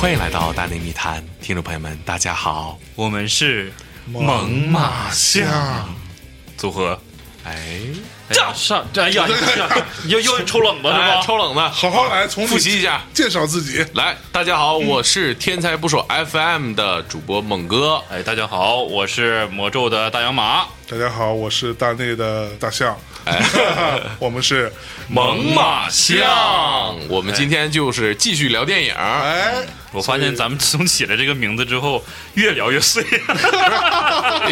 欢迎来到大内密谈，听众朋友们，大家好，我们是猛犸象组合。哎，哎呀上这哎呀，又又抽冷子是吧？哎抽冷子，好好来，从复习一下。介绍自己。来，大家好，我是天才捕手 FM 的主播猛哥。哎，大家好，我是魔咒的大洋马，大家好，我是大内的大象， 我们是猛犸象，我们今天就是继续聊电影。 哎，我发现咱们自从起了这个名字之后，越聊越碎。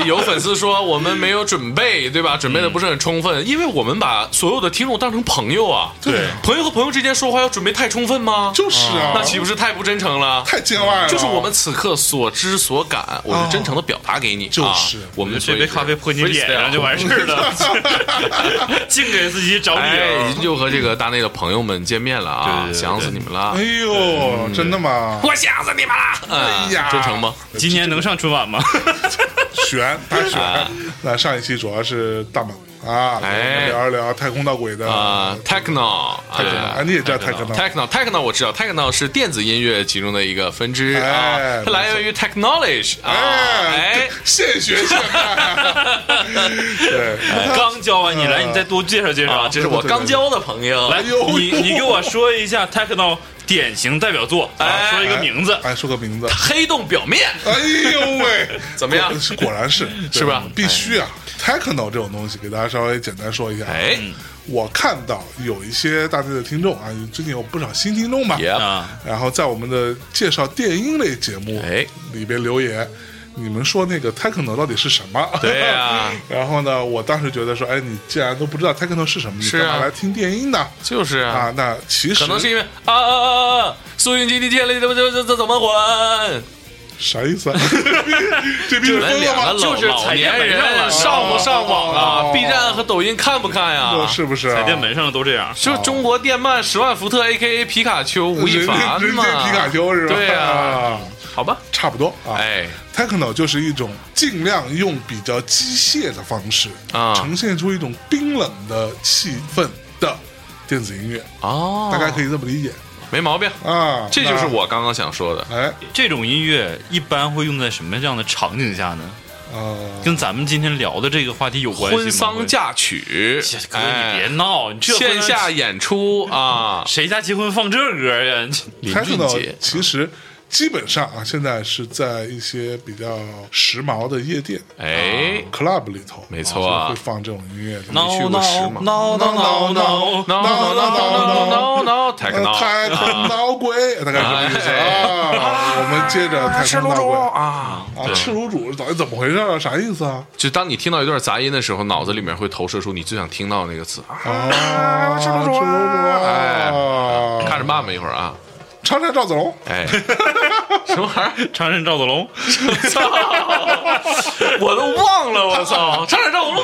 有粉丝说我们没有准备，对吧？准备的不是很充分，因为我们把所有的听众当成朋友啊。对，朋友和朋友之间说话要准备太充分吗？就是啊，那岂不是太不真诚了？太见外了？就是我们此刻所知所感，我是真诚的表达给你。就是啊我们这杯咖啡泼你脸上就完事儿了， 净给自己找理哎，由。又和这个大内的朋友们见面了啊！对对对想死你们了哎！呦，真的吗？我想死你们了！嗯哎呀真诚吗？今年能上春晚吗？悬，太悬。那上一期主要是大猛啊，哎聊一聊太空到轨的啊，techno，太空，哎啊，你也知道太空到 Techno，Techno 我知道，Techno 是电子音乐其中的一个分支哎啊，它没来源于 technology 啊，哎哎，，现学现卖。 对，哎刚教完你，来，你再多介绍介绍啊，。这是我刚交的朋友，来，哎呦你你给我说一下 techno 典型代表作，啊哎说一个哎名字。哎，说个名字。黑洞表面哎呦喂， 怎么样果是果然是是吧哎对必须啊！Techno 这种东西，给大家稍微简单说一下。哎我看到有一些大内的听众啊，最近有不少新听众吧， ，Yep，啊，然后在我们的介绍电音类节目哎里边留言，你们说那个 Techno 到底是什么？对呀 然后呢，我当时觉得说，哎，你既然都不知道 Techno 是什么，你是啊干嘛来听电音呢？就是啊啊，，那其实可能是因为啊啊啊啊，苏云基地建立怎么怎么怎么还？啥意思啊？ 这逼是你们疯了两个吗？老就是老踩年电门上了人上不上网啊哦？B 站和抖音看不看呀？是不是啊？彩电门上的都这样。就是中国电漫十万伏特 A K A 皮卡丘吴亦人凡人嘛，间皮卡丘是吧？对呀，啊，好吧，差不多啊。哎， Techno 就是一种尽量用比较机械的方式啊呈现出一种冰冷的气氛的电子音乐，哦，大概可以这么理解没毛病，啊。这就是那我刚刚想说的。哎这种音乐一般会用在什么样的场景下呢？呃，跟咱们今天聊的这个话题有关系吗？婚丧嫁娶这，哥，哎你别闹，你这婚线丧下演出啊，谁家结婚放这歌呀？ 林俊 Techno 杰其实基本上啊，现在是在一些比较时髦的夜店、啊哎 club 里头，没错啊啊就会放这种音乐的。你去过时髦闹闹闹，no no no no no no no 呃啊 techno，太空闹鬼，大概哎是这个意思啊。我们接着太吃空卤闹煮鬼啊。啊，赤卤煮到底怎么回事啊？啥意思啊？就当你听到一段杂音的时候，脑子里面会投射出你最想听到的那个词。啊啊，赤卤卤煮煮啊哎啊，看着爸爸一会儿啊，长山赵子龙，哎， 什么玩意儿？长山赵子龙， 操！我都忘了，我操！差点上五路，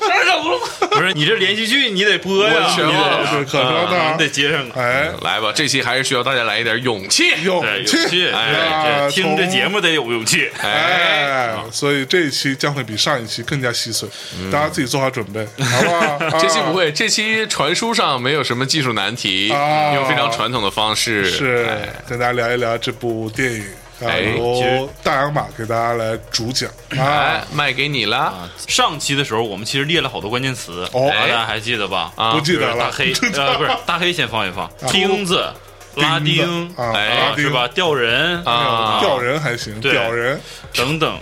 差点上五路。不是你这连续剧你得播呀，我全忘了是啊你可说得你呢得。接上啊。哎， 来吧，这期还是需要大家来一点勇气。勇对，勇气气，，啊对，这听这节目得有勇气。哎，哎，所以这一期将会比上一期更加细碎，嗯大家自己做好准备，好不 好？啊这期不会，这期传输上没有什么技术难题，啊用非常传统的方式。是啊哎跟大家聊一聊这部电影。啊，哎其实由大洋马给大家来主讲啊，哎，卖给你了。上期的时候，我们其实列了好多关键词，哦大家还记得吧？啊不记比如得大了，黑 呃，不是大黑先放一放，钉子、拉钉丁子啊，哎拉啊，丁是吧？吊人哎啊 吊人还行，对吊人等等，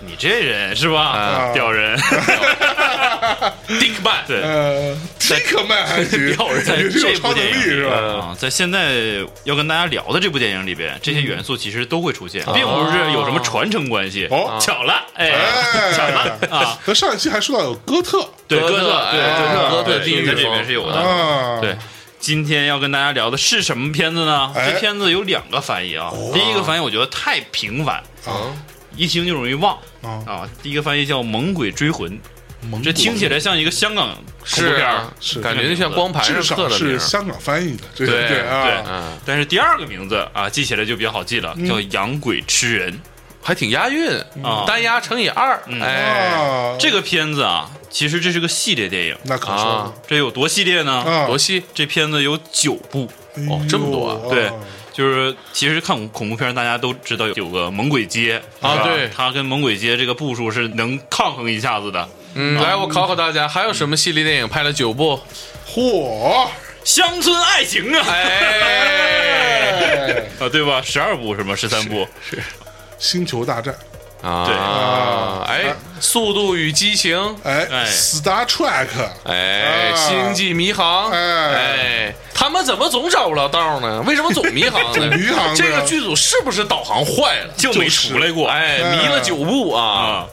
你这人是吧？吊人， Dick Man，对呃，这个麦还 行，吊人也是有这部超能电力影是吧？呃啊，在现在要跟大家聊的这部电影里边，这些元素其实都会出现，并不是有什么传承关系。哦巧了，哎，巧了 啊！和上一期还说到有哥特对，哥哥特特，对哎哥哥特，特对地在狱这里风面是有的。啊，对，，今天要跟大家聊的是什么片子呢？哎这片子有两个翻译啊，第一个翻译我觉得太平凡，啊一听就容易忘啊啊。第一个翻译叫《猛鬼追魂》，蒙古这听起来像一个香港恐怖是片啊儿，是感觉就像光盘上至刻的少名是儿。香港翻译的，这对对啊，嗯，但是第二个名字啊，记起来就比较好记了，叫“养鬼吃人还挺押韵嗯啊单押乘以二，哎，啊”。，这个片子啊，其实这是个系列电影，那可说这有多系列了呢？啊，罗西这片子有九部，哦这么多啊哎呦对啊，就是其实看恐怖片，大家都知道有个猛鬼街啊是吧对它跟猛鬼街这个步数是能抗衡一下子的。嗯，来，我考考大家，还有什么系列电影拍了九部？嚯，乡村爱情啊，哎， 哎 啊对吧？十二部什么十三部，星球大战，对啊，哎啊， 《速度与激情》，哎哎，Star Trek，哎，《啊星际迷航》，哎哎，他们怎么总找不着道呢？为什么总迷航 呢？迷航啊呢这个剧组是不是导航坏了？就没出来过。哎，迷了九部啊，啊。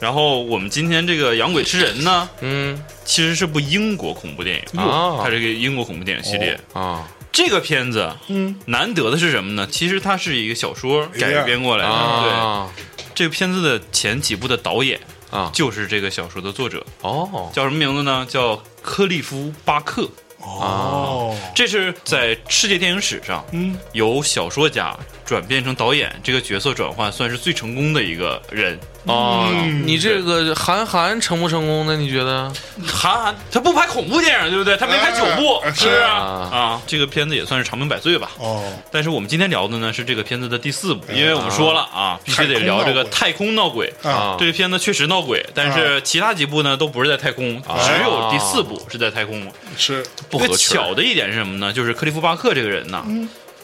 然后我们今天这个《养鬼吃人》呢，嗯其实是部英国恐怖电影啊它这个英国恐怖电影系列。啊这个片子，嗯，难得的是什么呢？其实它是一个小说改编过来嗯的。啊对，这个片子的前几部的导演啊就是这个小说的作者，哦叫什么名字呢？叫克利夫·巴克。哦，这是在世界电影史上，嗯，由小说家转变成导演这个角色转换，算是最成功的一个人。哦，嗯你这个韩寒成不成功呢？你觉得？韩寒他不拍恐怖电影，对不对？他没拍九部，哎是不是啊？啊啊，这个片子也算是长命百岁吧。哦，但是我们今天聊的呢是这个片子的第四部，因为我们说了啊，必须得聊这个太空闹鬼。啊，啊这个片子确实闹鬼，但是其他几部呢都不是在太空，只有第四部是在太空。是不这合个群儿巧的一点是什么呢？就是克利夫·巴克这个人呐，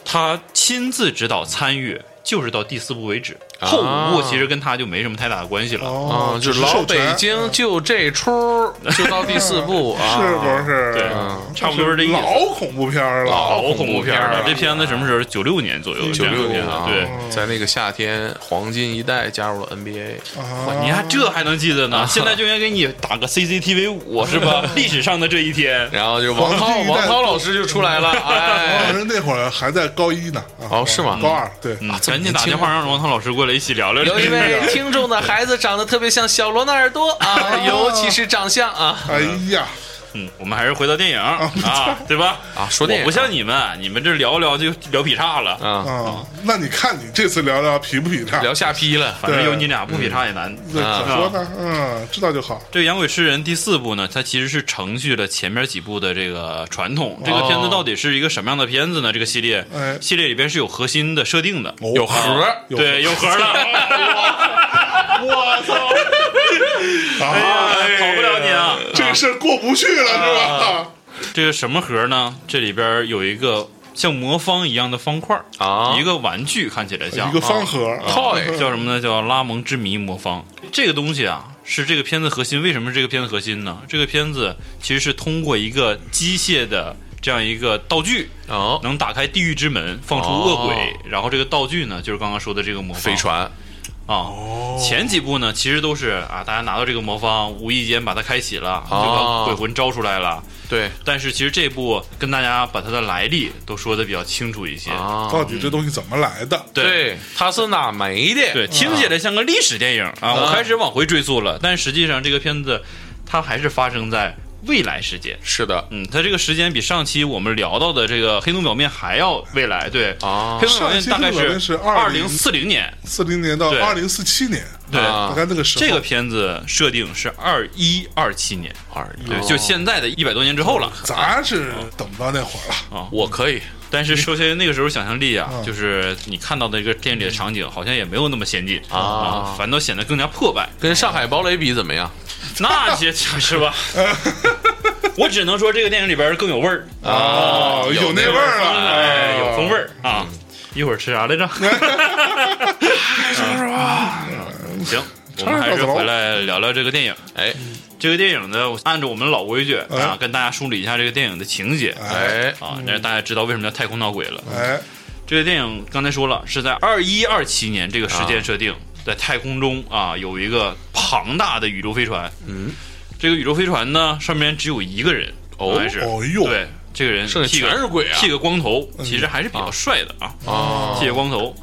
他亲自指导参与，就是到第四部为止，后五部其实跟他就没什么太大的关系了。啊哦，，就只是老授权北京就这出儿，就到第四部啊， 是不是？对嗯差不多是这意思老恐怖片儿了，老恐恐怖怖片片儿了了，这片子什么时候？九六年左右，九这六年样啊，对。哦在那个夏天黄金一代加入了 NBA，啊你看这还能记得啊呢？现在就应该给你打个 CCTV 五是 吧？历史上的这一天，然后就王黄涛金一代王涛老师就出来了， 老哎，人那会儿还在高一呢，啊哦是吗高二对，嗯这么赶紧年打轻电话让王涛老师过来一起聊聊这有个一位听众的孩子长得特别像小罗纳尔多啊，哦尤其是长相啊哎呀，嗯，我们还是回到电影 啊，对吧？啊，说电我影不像你们，你们这聊聊就聊劈叉了，啊，啊，那你看你这次聊聊皮不皮差？聊下批了，反正有你俩不劈嗯叉也难。那可说呢，嗯，知道就好。这个《养鬼吃人》第四部呢，它其实是承续了前面几部的这个传统。这个片哦子到底是一个什么样的片子呢？这个系列哎系列里边是有核心的设定的，哦有盒儿有哎对，有核 的。我操！啊，嗯跑不了你啊！这个事儿过不去了是吧？啊这个什么盒呢？这里边有一个像魔方一样的方块儿啊一个玩具看起来像一个方盒套啊叫什么呢？叫拉蒙之谜魔方。这个东西啊，是这个片子核心。为什么是这个片子核心呢？这个片子其实是通过一个机械的这样一个道具，哦，能打开地狱之门，放出恶鬼。哦然后这个道具呢，就是刚刚说的这个魔方飞船啊。前几部呢，其实都是啊，大家拿到这个魔方，无意间把它开启了，就把哦鬼魂招出来了。对但是其实这部跟大家把它的来历都说的比较清楚一些。啊，到底这东西怎么来的？对对，他是哪没的？对，听起来像个历史电影啊！我开始往回追溯了，但实际上这个片子它还是发生在未来世界。是的嗯，它这个时间比上期我们聊到的这个黑洞表面还要未来。对，啊黑，洞表面大概上一期是黑洞表二面零四零年。四零年到对二零四七年，对，啊大概那个时候。这个片子设定是二一二七年，二一哦对，就现在的一百多年之后了。咱是等不到那会儿了，我可以但是受限于那个时候想象力啊，嗯就是你看到的一个电影里的场景，好像也没有那么先进啊反倒显得更加破败。跟上海堡垒比怎么样？那些是 吧？我只能说这个电影里边更有味儿啊哦有那味儿了哦哎，有风味儿啊！嗯一会儿吃啥 来着？嗯行，我们还是回来聊聊这个电影。哎这个电影呢，我按照我们老规矩啊，跟大家梳理一下这个电影的情节嗯哎啊，让大家知道为什么叫太空闹鬼了。哎，这个电影刚才说了，是在二一二七年这个时啊间设定，在太空中啊有一个庞大的宇宙飞船。嗯，这个宇宙飞船呢，上面只有一个人，哦还是哦呦对，这个人剩下剃个全是鬼啊剃个光头，其实还是比较帅的啊，啊剃个光头。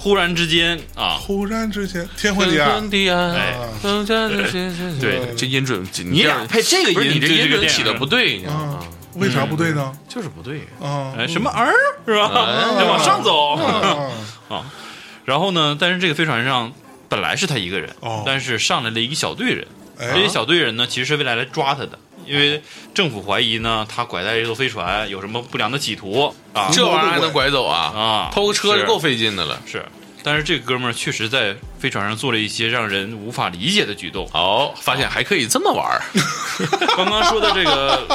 忽然之间啊，忽然之间，天昏地天暗昏，地暗，哎嗯对这音准，你俩配这个不是音，你这对音这个准电起的影不对，你知道啊吗？，为啥不对呢？就是不对。啊，哎，什么儿是吧？哎得往上 走。啊，然后呢，但是这个飞船上本来是他一个人，哦但是上来了一个小队人。哎这些小队人呢，其实是未来来抓他的，因为政府怀疑呢，他拐带这艘飞船有什么不良的企图啊。这玩意儿还能拐走啊啊？偷个车是就够费劲的了。。是，但是这个哥们儿确实在飞船上做了一些让人无法理解的举动 哦，发现还可以这么玩儿刚刚说的这个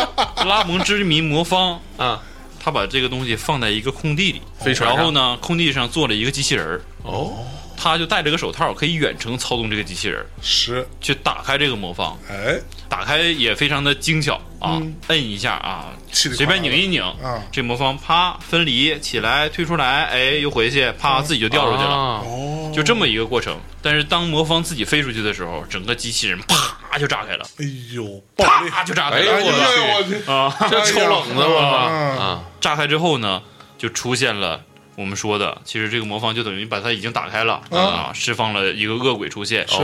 拉蒙之谜魔方，啊！他把这个东西放在一个空地里，飞船上然后呢，空地上做了一个机器人儿，哦，他就戴着个手套，可以远程操纵这个机器人儿十，去打开这个魔方。哎，打开也非常的精巧啊，摁一下啊，气得随便拧一拧啊这魔方啪分离起来，退出来，哎，又回去，啪自己就掉出去了，啊哦，就这么一个过程。但是当魔方自己飞出去的时候，整个机器人啪就炸开了，哎呦，暴力，啪就炸开哎了呦哎呦我去，啊！这抽冷子嘛哎啊啊！炸开之后呢，就出现了。我们说的，其实这个魔方就等于把它已经打开了啊，释放了一个恶鬼出现。是，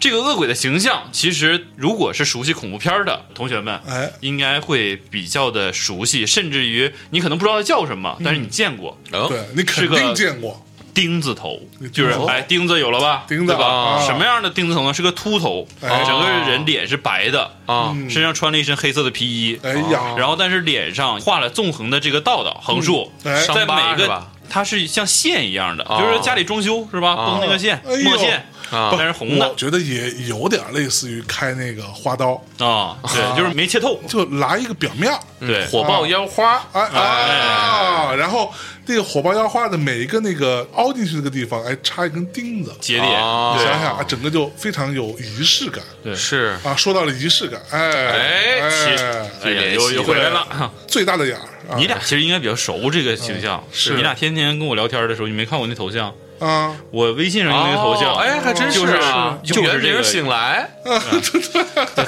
这个恶鬼的形象，其实如果是熟悉恐怖片儿的同学们，哎，应该会比较的熟悉，甚至于你可能不知道它叫什么，但是你见过哦对你肯定见过钉子头，就是哦哎钉子有了吧？钉子对吧？啊什么样的钉子头呢？是个秃头，啊哎整个人脸是白的，啊嗯身上穿了一身黑色的皮衣，哎呀，然后但是脸上画了纵横的这个道道横竖，哎在伤疤每是个吧它是像线一样的，哦就是家里装修是吧？崩那个线哎呦嗯墨线，啊但是红我的觉得也有点类似于开那个花刀，啊，对，就是没切透，就拉一个表面儿，对，嗯火爆腰花哎啊，然后那个火爆腰花的每一个那个凹进去那个地方，哎，插一根钉子，节点，啊你对想想啊，整个就非常有仪式感是啊。说到了仪式感，哎哎哎，哎呀，联又系又对回来了。最大的眼儿，啊你俩其实应该比较熟这个形嗯象，是你俩天天跟我聊天的时候，你没看我那头像，啊，我微信上用那个头像，哦哎，还真就是啊，就是原这名个醒来，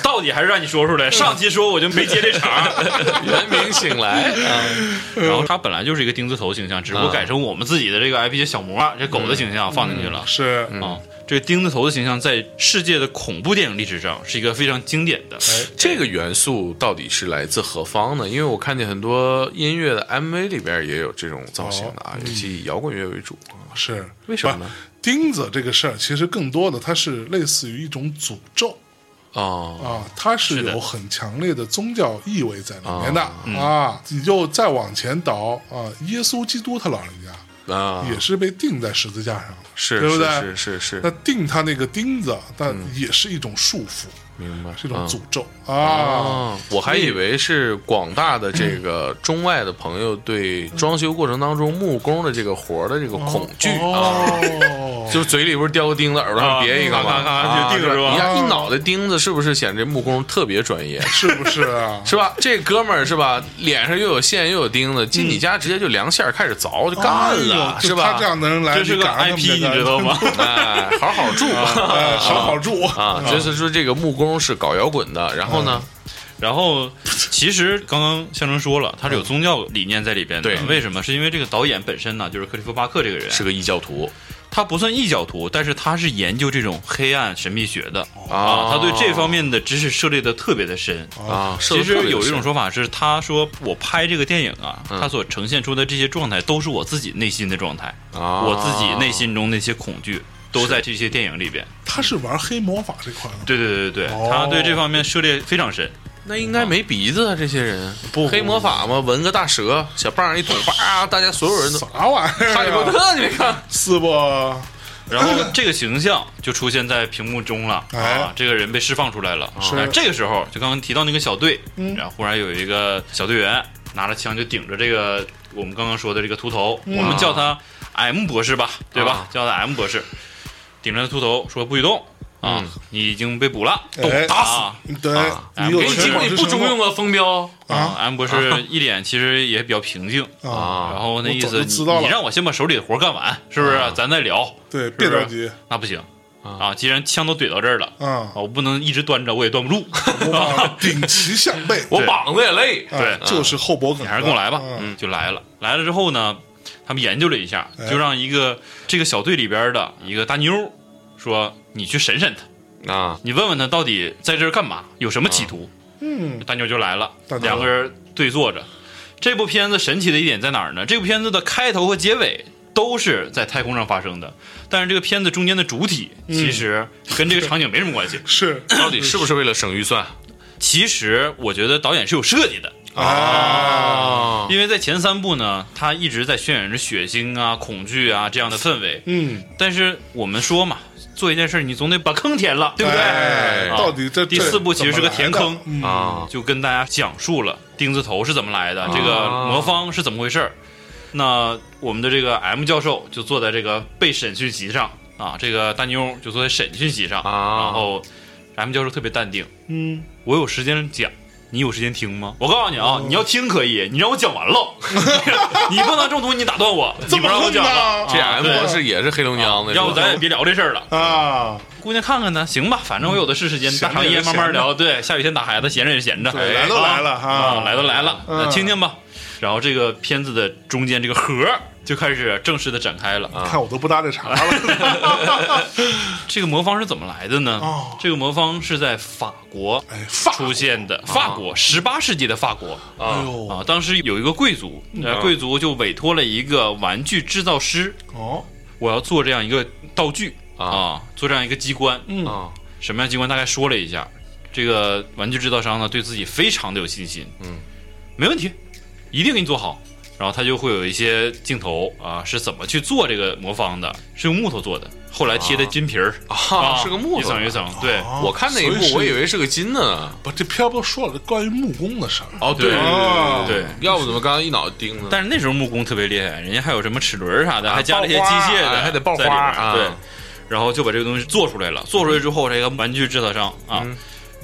到底还是让你说出嗯来。上期说我就没接这茬， 原名醒来，然后他本来就是一个钉子头形象，只不过啊改成我们自己的这个 IP 小魔这狗的形象放进去了是，嗯啊。这个钉子头的形象在世界的恐怖电影历史上是一个非常经典的，这个元素到底是来自何方呢？因为我看见很多音乐的 MV 里边也有这种造型的啊，哦嗯尤其以摇滚乐为主。是为什么呢？不钉子这个事儿，其实更多的它是类似于一种诅咒哦，啊，它是是的有很强烈的宗教意味在里面的啊。你就再往前倒啊，耶稣基督他老人家啊，也是被钉在十字架上的，是，对不对？是是是那是，钉他那个钉子，但也是一种束缚，明白，是一种嗯诅咒啊。啊，我还以为是广大的这个中外的朋友对装修过程当中木工的这个活儿的这个恐惧啊，哦，就是嘴里不是叼个钉子，耳朵上别一个嘛，啊咔咔咔啊 就钉着是吧你看嗯一脑袋钉子，是不是显得这木工特别专业？是不是啊？是吧？这哥们儿是吧？脸上又有线又有钉子，进你家直接就量线儿开始凿就干了，哎呦是就他吧这？样的人来，这是你个敢让他 IP，们家你知道？吗？ 哎，好好住 吧哎，好好住啊！就是说这个木工是搞摇滚的，然后呢，然后，其实刚刚向征说了，他是有宗教理念在里边的。嗯对为什么？是因为这个导演本身呢，就是克利夫·巴克这个人，是个异教徒他不算异教徒，但是他是研究这种黑暗神秘学的啊他对这方面的知识涉猎的特别的深。啊。是其不是特实别有一深嗯种说法是，他说我拍这个电影啊，他所呈现出的这些状态都是我自己内心的状态，啊我自己内心中那些恐惧都在这些电影里边。他是玩黑魔法这块的，对对对对哦对，他对这方面涉猎非常深。那应该没鼻子啊，这些人不黑魔法嘛，纹个大蛇，小棒一捅，叭，大家所有人都啥玩意哈利波儿啊？特，你没看？是不？然后 这个形象就出现在屏幕中了、哎啊，这个人被释放出来了。是但这个时候，就刚刚提到那个小队，然后忽然有一个小队员拿着枪就顶着这个我们刚刚说的这个秃头，我们叫他 M 博士吧，对吧？啊叫他 M 博士，顶着秃头说不许动啊，嗯你已经被捕了，哎打死。对啊，你有给你机全网会之不称中用啊，风标啊啊，M 博士一脸其实也比较平静，啊！啊然后那意我早思就知道了啊你你让我先把手里的活干完，是不是？咱再聊，对，是别不着是急那不行啊，既然枪都怼到这儿了。啊！啊，我不能一直端着，我也端不住。我把顶齐向背，我膀子也累啊对就是后脖梗，你还是跟我来吧，啊，嗯，就来了。来了之后呢，他们研究了一下，哎就让一个这个小队里边的一个大妞说：“你去审审他，啊，你问问他到底在这儿干嘛，有什么企图。嗯，大妞就来了大，妞两个人对坐着。这部片子神奇的一点在哪儿呢？这部片子的开头和结尾都是在太空上发生的，但是这个片子中间的主体其实跟这个场景没什么关系。是到底是不是为了省预算其实我觉得导演是有设计的，啊，啊？因为在前三部呢，他一直在渲染着血腥啊、恐惧啊这样的氛围。嗯，但是我们说嘛，做一件事儿你总得把坑填了，对不对？哎啊到底这第四部其实是个填坑，怎么来的嗯啊，就跟大家讲述了钉子头是怎么来的，这个魔方是怎么回事儿。那我们的这个 M 教授就坐在这个被审讯席上啊，这个大妞就坐在审讯席上，啊然后 M 教授特别淡定，嗯，我有时间讲。你有时间听吗？我告诉你啊，嗯你要听可以，你让我讲完 了，你不能中途你打断我，这你不么让我讲横了啊呢，这 M 对博士也是黑龙江的，要不是吧咱也别聊这事儿了。嗯啊，姑娘看看呢，行吧，反正我有的是时间，闲着大长夜也是慢慢聊。对，下雨天打孩子，闲着也是闲着。对哎来都来了啊哈啊来都来了，嗯那听听吧。然后这个片子的中间这个盒儿就开始正式的展开了。啊看我都不搭这茬了，这个魔方是怎么来的呢哦？这个魔方是在法国哎，发出现的，法国十八世纪的法国哎啊呦啊，当时有一个贵族，嗯呃，贵族就委托了一个玩具制造师，哦，我要做这样一个道具啊啊，做这样一个机关，嗯啊什么样的机关大概说了一下。这个玩具制造商呢，对自己非常的有信心，嗯，没问题，一定给你做好。然后他就会有一些镜头啊，是怎么去做这个魔方的？是用木头做的，后来贴的金皮儿啊，是个木一头层。一层，对，啊我看那一所以幕，是我以为是个金的呢。不，这漂泊说了这关于木工的事儿，哦，对对哦对。要不怎么刚刚一脑钉呢？但是那时候木工特别厉害，人家还有什么齿轮啥的，啊还加了一些机械爆花的，啊还得爆花在里面啊对，然后就把这个东西做出来了。做出来之后，这个玩具制造商啊，嗯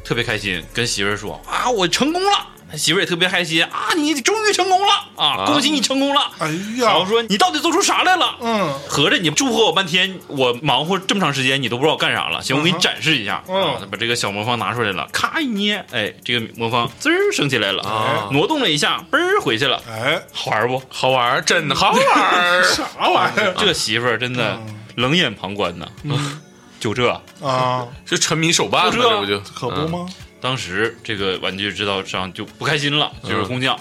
特别开心，跟媳妇儿说啊，我成功了。他媳妇儿也特别开心啊，你终于成功了啊，啊恭喜你成功了。哎然后呀，说你到底做出啥来了？嗯，合着你祝贺我半天，我忙活这么长时间，你都不知道我干啥了。行，我给你展示一下。嗯啊，他把这个小魔方拿出来了，咔一捏，哎，这个魔方滋儿升起来了，啊挪动了一下，嘣儿回去了，哎，好玩不？好玩儿，真好玩儿啥玩意 儿这个媳妇儿真的冷眼旁观呐， 就这。啊？ 就沉迷手办嘛，就这这不就可不？吗？当时这个玩具制造商就不开心了，就是工匠，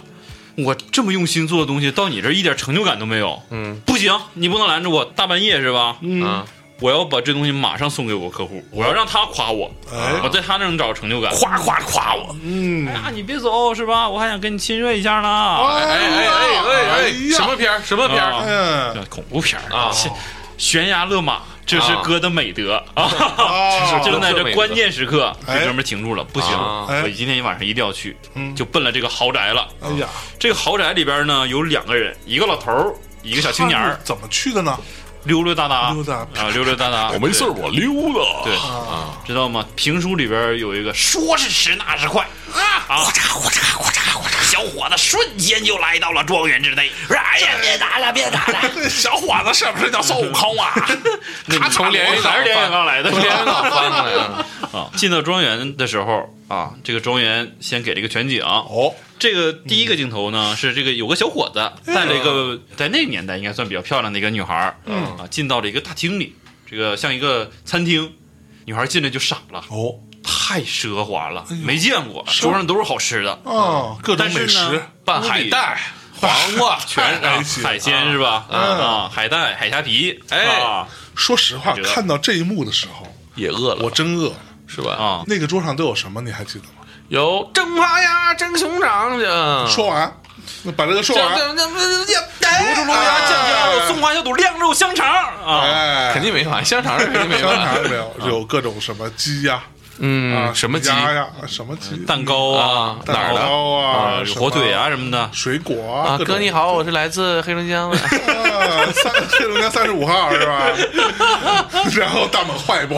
我这么用心做的东西，到你这儿一点成就感都没有，嗯不行，你不能拦着我，大半夜是吧？嗯嗯，啊，我要把这东西马上送给我客户，我要让他夸我，哎我在他那儿能找成就感，夸夸夸我。嗯，哎呀，你别走是吧？我还想跟你亲热一下呢。哎哎哎哎哎，什么片儿？什么片啊儿？嗯，这恐怖片儿啊切悬崖勒马，这是啊哥的美德啊！啊就在这关键时刻，哎这哥们儿停住了，不行，啊哎我今天晚上一定要去，嗯就奔了这个豪宅了。哎呀，这个豪宅里边呢有两个人，一个老头儿，一个小青年儿，怎么去的呢？溜溜达达，溜达啊，溜溜达达。我没事儿，我溜达。对，啊知道吗？评书里边有一个，说是迟，那是快啊！啊，嚓呼嚓呼嚓呼嚓，小伙子瞬间就来到了庄园之内。哎呀，别打了，别打了！小伙子是不是叫孙悟空 啊？他从连云港还是连云港来的？从连云港翻过来 的。啊！进到庄园的时候啊，这个庄园先给了一个全景。哦，这个第一个镜头呢，是这个有个小伙子带了一个在那个年代应该算比较漂亮的一个女孩儿，嗯啊，进到了一个大厅里，这个像一个餐厅，女孩进来就傻了，哦，太奢华了，没见过，桌上都是好吃的，啊，各种但是美食呢，拌海带、黄瓜，全全是啊是海鲜是吧？啊，海带、海虾皮，哎啊说实话，觉得看到这一幕的时候，也饿我了，真饿了。是吧？啊，那个桌上都有什么？你还记得吗？有蒸螃呀，蒸熊掌去。说完，那把这个说这完，这这这这哎卤鸭、酱油、松花小肚、晾肉、香肠啊，哎，肯定没完，香肠是肯定没香完。肠没有，有各种什么鸡呀，啊，嗯，什么鸡鸭呀，什么鸡，蛋糕啊啊，蛋哪儿的糕啊，什么火腿啊，什么的，水果啊啊，各种哥你好，我是来自黑龙 江的。啊， 三黑龙江三十五号是吧？然后大猛换一波，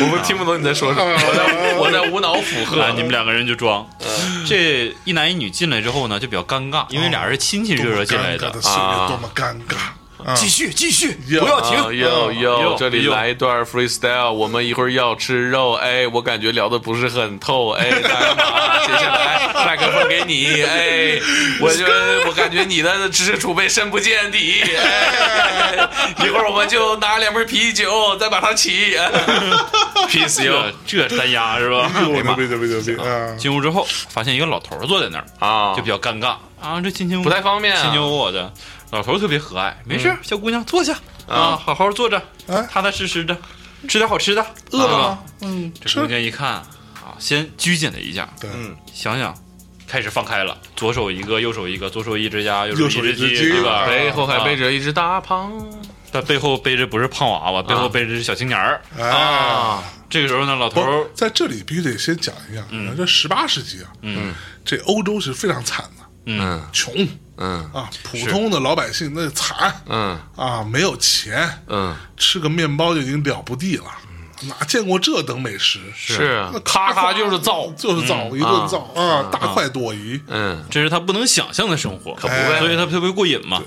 我不听不懂你在说什啊么，我在 我在无脑附和啊，。你们两个人就装。嗯这哦一男一女进来之后呢，就比较尴尬，因为俩人亲亲热热进来的，的岁月多么尴尬啊继续继续， Yeah 不要啊停。哟哟，哦哟这里哟来一段 freestyle，我们一会儿要吃肉，哎，我感觉聊的不是很透，哎，大家好，接下来麦克风给你，哎，我就我感觉你的知识储备深不见底，哎，一会儿我们就拿两瓶啤酒再把它起，哎 p c 这这三丫是吧？哎呦哎呀牛妈逼牛逼牛逼啊！进屋之后，发现一个老头儿坐在那儿，啊，就比较尴尬啊，这亲亲不太方便啊嗯亲亲我我的。老头儿特别和蔼，没事儿，小姑娘坐下啊，好好坐着啊哎，踏踏实实的，吃点好吃的。饿了啊吗？嗯，这姑吃。娘一看啊，先拘谨了一下，对，想想，开始放开了，左手一个，右手一个，左手一只鸭，右右手手一一只只鸡鸡，对吧啊？背哎后还背着一只大胖他背后背着不是胖娃娃，背后背着是小青年儿。哎，啊，这个时候呢，老头不儿是，在这里必须得先讲一下，这十八世纪啊，嗯，这欧洲是非常惨的，嗯穷嗯啊，普通的老百姓那惨嗯啊，没有钱，嗯，吃个面包就已经了不地了，哪见过这等美食？是啊那，咔咔就是造，就是造一顿造啊，大快朵颐嗯这是他不能想象的生活，可哎不呗所以他特别过瘾嘛。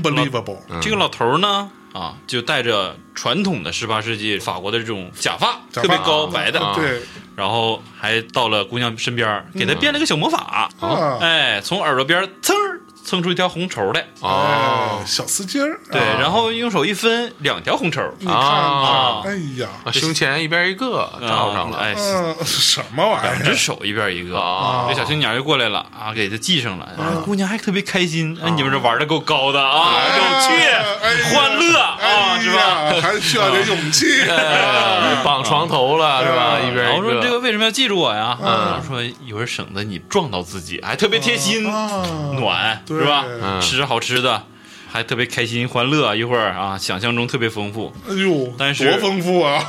，unbelievable，这个老头儿呢，啊，就戴着传统的十八世纪法国的这种假发，假发特别高啊白的，啊对然后还到了姑娘身边儿，给她变了个小魔法，啊哎，从耳朵边儿噌儿蹭出一条红绸来，哦哎，小丝巾儿，对，啊然后用手一分，两条红绸儿你看看啊，哎呀，啊胸前一边一个罩啊上了，哎，嗯，什么玩两意只儿？手一边一个啊这小青年就过来了啊，给他系上了。啊，姑娘还特别开心，哎，你们这玩的够高的啊，哎有趣哎呀、欢乐啊，哎是吧？呀，还需要点勇气。哎 绑床头了是吧？嗯然一边后一说个，这个为什么要记住我呀？然后说一会儿省得你撞到自己，还特别贴 心，啊暖对是吧嗯？吃着好吃的，还特别开心欢乐，一会儿啊，想象中特别丰富。哎呦，但是多丰富啊！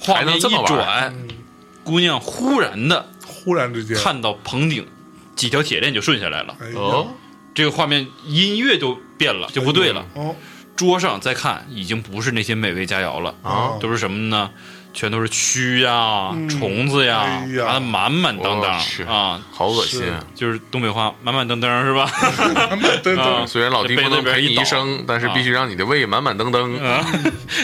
画面能一这么玩转，姑娘忽然的忽然之间，看到棚顶几条铁链就顺下来了。哎呀，哦，这个画面音乐就变了，就不对了。哦，桌上再看，已经不是那些美味佳肴了啊都是什么呢？全都是蛆呀、虫子呀哎，呀啊，满满当当我去啊，好恶心啊！就是东北话，满满当当是吧？ 对对啊对，虽然老丁不能这杯子陪里边你一倒一生，但是必须让你的胃满满登登。啊，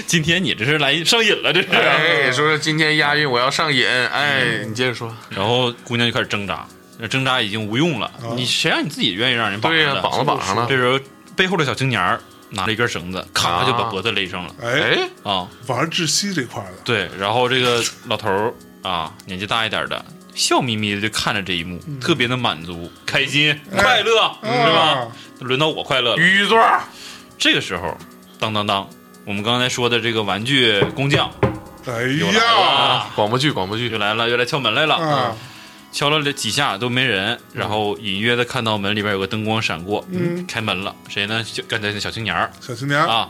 今天你这是来上瘾了，这是。哎，说说今天押韵，我要上瘾。哎，你接着说。然后姑娘就开始挣扎，那挣扎已经无用了，你谁让你自己愿意让人绑啊对着呀，的？绑了绑上了这。时候背后的小青年儿拿了一根绳子，咔啊就把脖子勒上了哎，哎，啊。玩窒息这块儿的，对，然后这个老头儿啊，年纪大一点儿的，笑眯眯的就看着这一幕，特别的满足、开心、快乐，嗯是吧？啊？轮到我快乐了。鱼座这个时候，当当当，我们刚才说的这个玩具工匠哎又来了呀，啊，广播剧，广播又剧。来了，又来敲门来了，啊，敲了几下都没人，然后隐约的看到门里边有个灯光闪过，嗯开门了，谁呢？就刚才那小青年儿小青年，啊。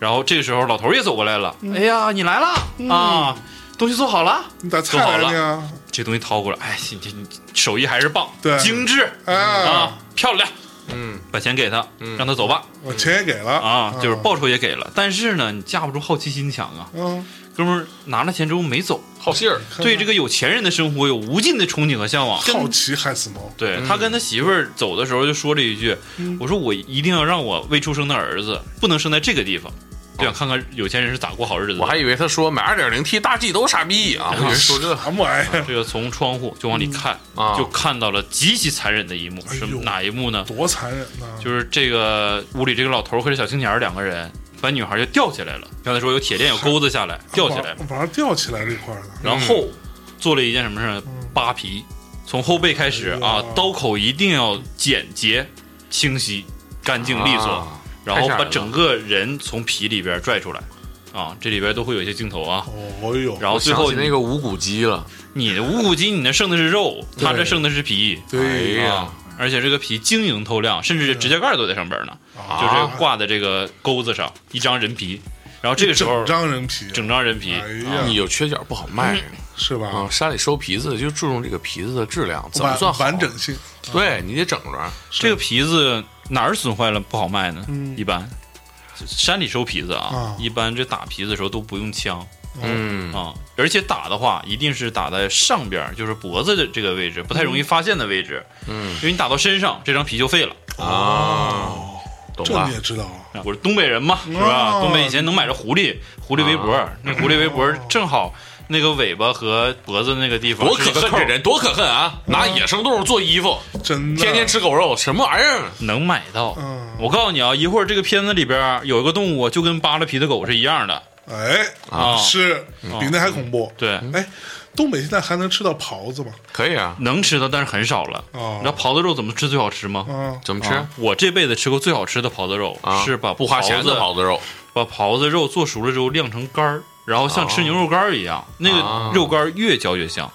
然后这个时候，老头儿也走过来了，哎呀，你来了、啊，东西做好了。你咋菜来了呢？这东西掏过来，哎，你这你手艺还是棒，对精致啊啊，，漂亮，嗯，把钱给他，让他走吧，我钱也给了啊，就是，报酬也给了，但是呢，你架不住好奇心强啊，嗯，哥们儿拿了钱之后没走，好信儿。对这个有钱人的生活有无尽的憧憬和向往，好跟奇害死猫，对嗯他跟他媳妇儿走的时候就说了一句：“我说我一定要让我未出生的儿子不能生在这个地方，就想看看有钱人是咋过好日子的。”我还以为他说买二点零 T 大 G 都傻逼啊，我以为说这什么玩意儿？这个从窗户就往里看，嗯啊就看到了极其残忍的一幕，哎呦什么哪一幕呢？多残忍呐！就是这个屋里这个老头儿和这小青年儿两个人把女孩就吊起来了。刚才说有铁链有钩子下来，吊起来了，晚上吊起来这块儿的，嗯然后做了一件什么事呢？扒皮，从后背开始哎啊呀，刀口一定要简洁、清晰、干净利索，啊然后太吓把人了整个人从皮里边拽出来。啊，这里边都会有一些镜头啊。哦呦，然后我最想后起那个无骨鸡了。你的无骨鸡，你那剩的是肉，他这剩的是皮。对哎呀啊，而且这个皮晶莹透亮，甚至这指甲盖儿都在上边呢，啊就是挂在这个钩子上，一张人皮。然后这个时候整，张人皮，整啊张人皮哎呀，你有缺角不好卖是啊，吧？山里收皮子就注重这个皮子的质量，怎么完算啊好啊完？整性，对你得整着。这个皮子哪儿损坏了不好卖呢？一般山里收皮子啊嗯啊，一般这打皮子的时候都不用枪嗯啊，而且打的话一定是打在上边儿，就是脖子的这个位置，不太容易发现的位置。嗯，因为你打到身上，这张皮就废了。啊，懂这吧你？也知道啊？我是东北人嘛，是吧？啊东北以前能买着狐狸，狐狸围脖，那狐狸围脖正好那个尾巴和脖子那个地方多是可一个恨扣这，人，多可恨啊！拿野生动物做衣服，真的，天天吃狗肉，什么玩意儿？啊能买到嗯。我告诉你啊，一会儿这个片子里边有一个动物就跟扒了皮的狗是一样的，哎啊是比那还恐怖。对，哎，东北现在还能吃到狍子吗？可以啊，能吃到，但是很少了。哦你知道狍子肉怎么吃最好吃吗？啊，怎么吃啊我这辈子吃过最好吃的狍子肉哦啊？是把不花钱狍的狍子子肉，把狍子肉做熟了之后晾成干儿，然后像吃牛肉干儿一样，那啊个肉干儿越嚼越香。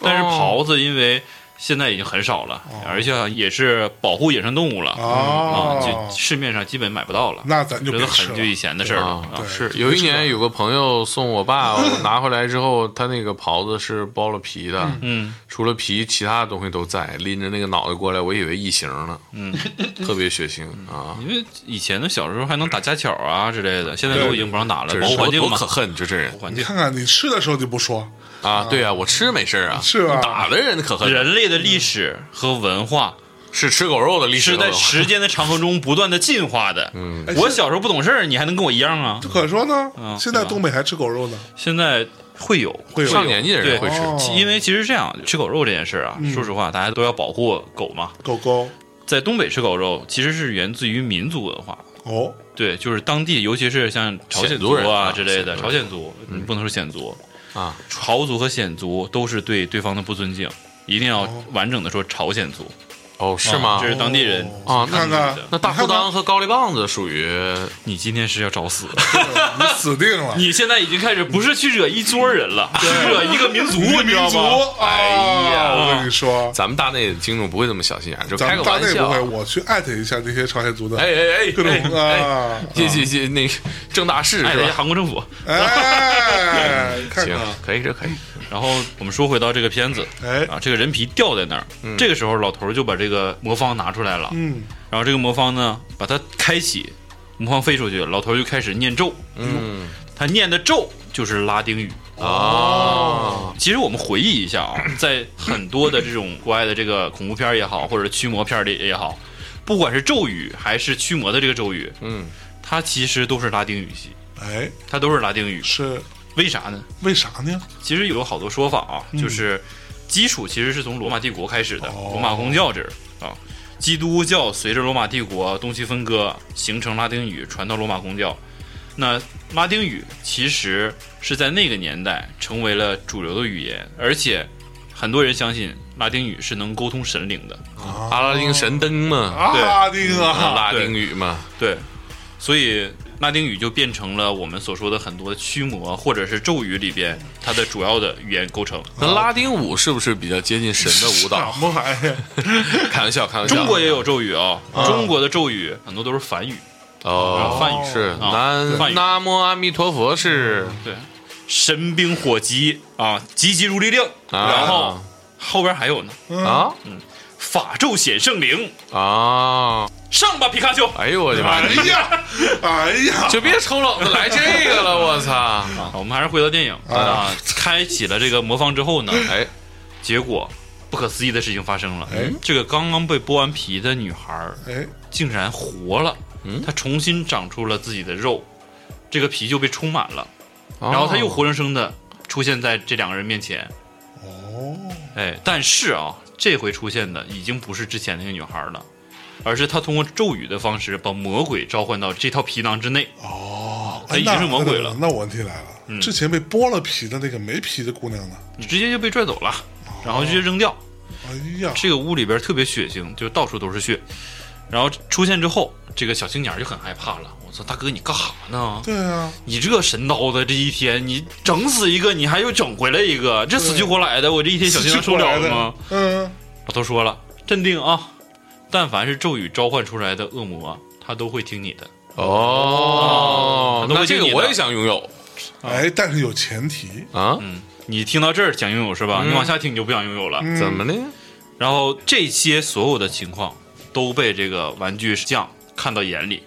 但是狍子因为现在已经很少了，而且也是保护野生动物了啊，哦哦就市面上基本买不到了。那咱就觉别得吃很久以了。前的事儿了啊啊对。是有一年有个朋友送我 爸，我拿回来之后，他那个袍子是包了皮的，嗯，除了皮，其他的东西都在，拎着那个脑袋过来，我以为异形呢，嗯，特别血腥嗯啊，因为以前的小时候还能打家巧啊之类的，现在对都已经不让打了，这保护人环多境多嘛，可恨，就这人环你境。看看，你吃的时候就不说，啊，对啊，我吃没事儿啊，是吧打的人可恨，人类的历史和文化是吃狗肉的历史是都在有，时间的长河中不断的进化的。嗯哎我是小时候不懂事儿，你还能跟我一样啊？可说呢嗯。现在对吧东北还吃狗肉呢，现在会有，会有上年纪的人会吃，哦其因为其实这样吃狗肉这件事儿啊，说实话，大家都要保护狗嘛。狗狗在东北吃狗肉，其实是源自于民族文化，哦，对，就是当地，尤其是像朝鲜鲜族族人啊啊之类的，鲜族人朝鲜族，嗯你不能说鲜族啊，朝族和鲜族都是对对方的不尊敬，一定要完整的说朝鲜族，哦，是吗这？是当地人哦你看看那大裤你看看裆和高丽棒子属于你今天是要找死了， 你死定了， 你现在已经开始不是去惹一桌人了，是惹一个民族，你你知民道族吗？哎嗯啊！我跟你说，咱们大内的听众不会这么小心眼儿，就咱开个们大玩内不笑啊会，。我去艾特一下那些朝鲜族的哎，哎哎，各种哎啊哎这这这那个郑大士哎是，吧？韩国政府。 哎，看行看，，可以，这可以。然后我们说回到这个片子，哎，啊，这个人皮掉在那儿。这个时候，老头儿就把这个魔方拿出来了，嗯，然后这个魔方呢，把它开启，魔方飞出去，老头儿就开始念咒。嗯他念的咒就是拉丁语。哦，其实我们回忆一下啊，在很多的这种国外的这个恐怖片儿也好，或者驱魔片儿里也好，不管是咒语还是驱魔的这个咒语，嗯，它其实都是拉丁语系，哎，它都是拉丁语。是为啥呢？为啥呢？其实有好多说法啊，就是基础其实是从罗马帝国开始的，哦罗马公教这儿啊。基督教随着罗马帝国东西分割，形成拉丁语，传到罗马公教。那拉丁语其实是在那个年代成为了主流的语言，而且很多人相信拉丁语是能沟通神灵的。阿拉丁神灯嘛，对嗯啊，那个拉丁语嘛，对，所以拉丁语就变成了我们所说的很多驱魔或者是咒语里边它的主要的语言构成。那拉丁舞是不是比较接近神的舞蹈？什么玩 意儿？啊开玩笑，开玩笑。中国也有咒语啊、中国的咒语很多都是梵语，哦，梵语是啊南梵语南无阿弥陀佛是对，神兵火急啊，急急如律令，啊然后后边还有呢，啊法咒显圣灵，啊！上吧皮卡丘。哎呦我的妈！哎呀，哎呀，就别抽冷子来这个了，我 操！啊，我们还是回到电影啊，开启了这个魔方之后呢，哎，结果不可思议的事情发生了哎，这个刚刚被剥完皮的女孩儿哎，竟然活了，她重新长出了自己的肉，这个皮就被充满了，然后她又哦活生生的出现在这两个人面前，哦，哎，但是啊，这回出现的已经不是之前那个女孩了，而是她通过咒语的方式把魔鬼召唤到这套皮囊之内。哦，他已经是魔鬼了嗯哎那那那我问题来了，之前被剥了皮的那个没皮的姑娘呢？你直接就被拽走了，然后直接扔掉。哎呀，这个屋里边特别血腥，就到处都是血。然后出现之后，这个小青年就很害怕了。我说：“大哥，你干哈呢？对啊，你这神叨的，这一天你整死一个，你还又整回来一个，这死去活来的，我这一天小青年受过来了的吗？”，嗯，我都说了，镇定啊！但凡是咒语召唤出来的恶魔，他都会听你的。哦哦，那这个我也想拥有啊哎，但是有前提，啊？嗯，你听到这儿想拥有是吧？嗯你往下听你就不想拥有了。嗯怎么呢？然后这些所有的情况都被这个玩具匠看到眼里，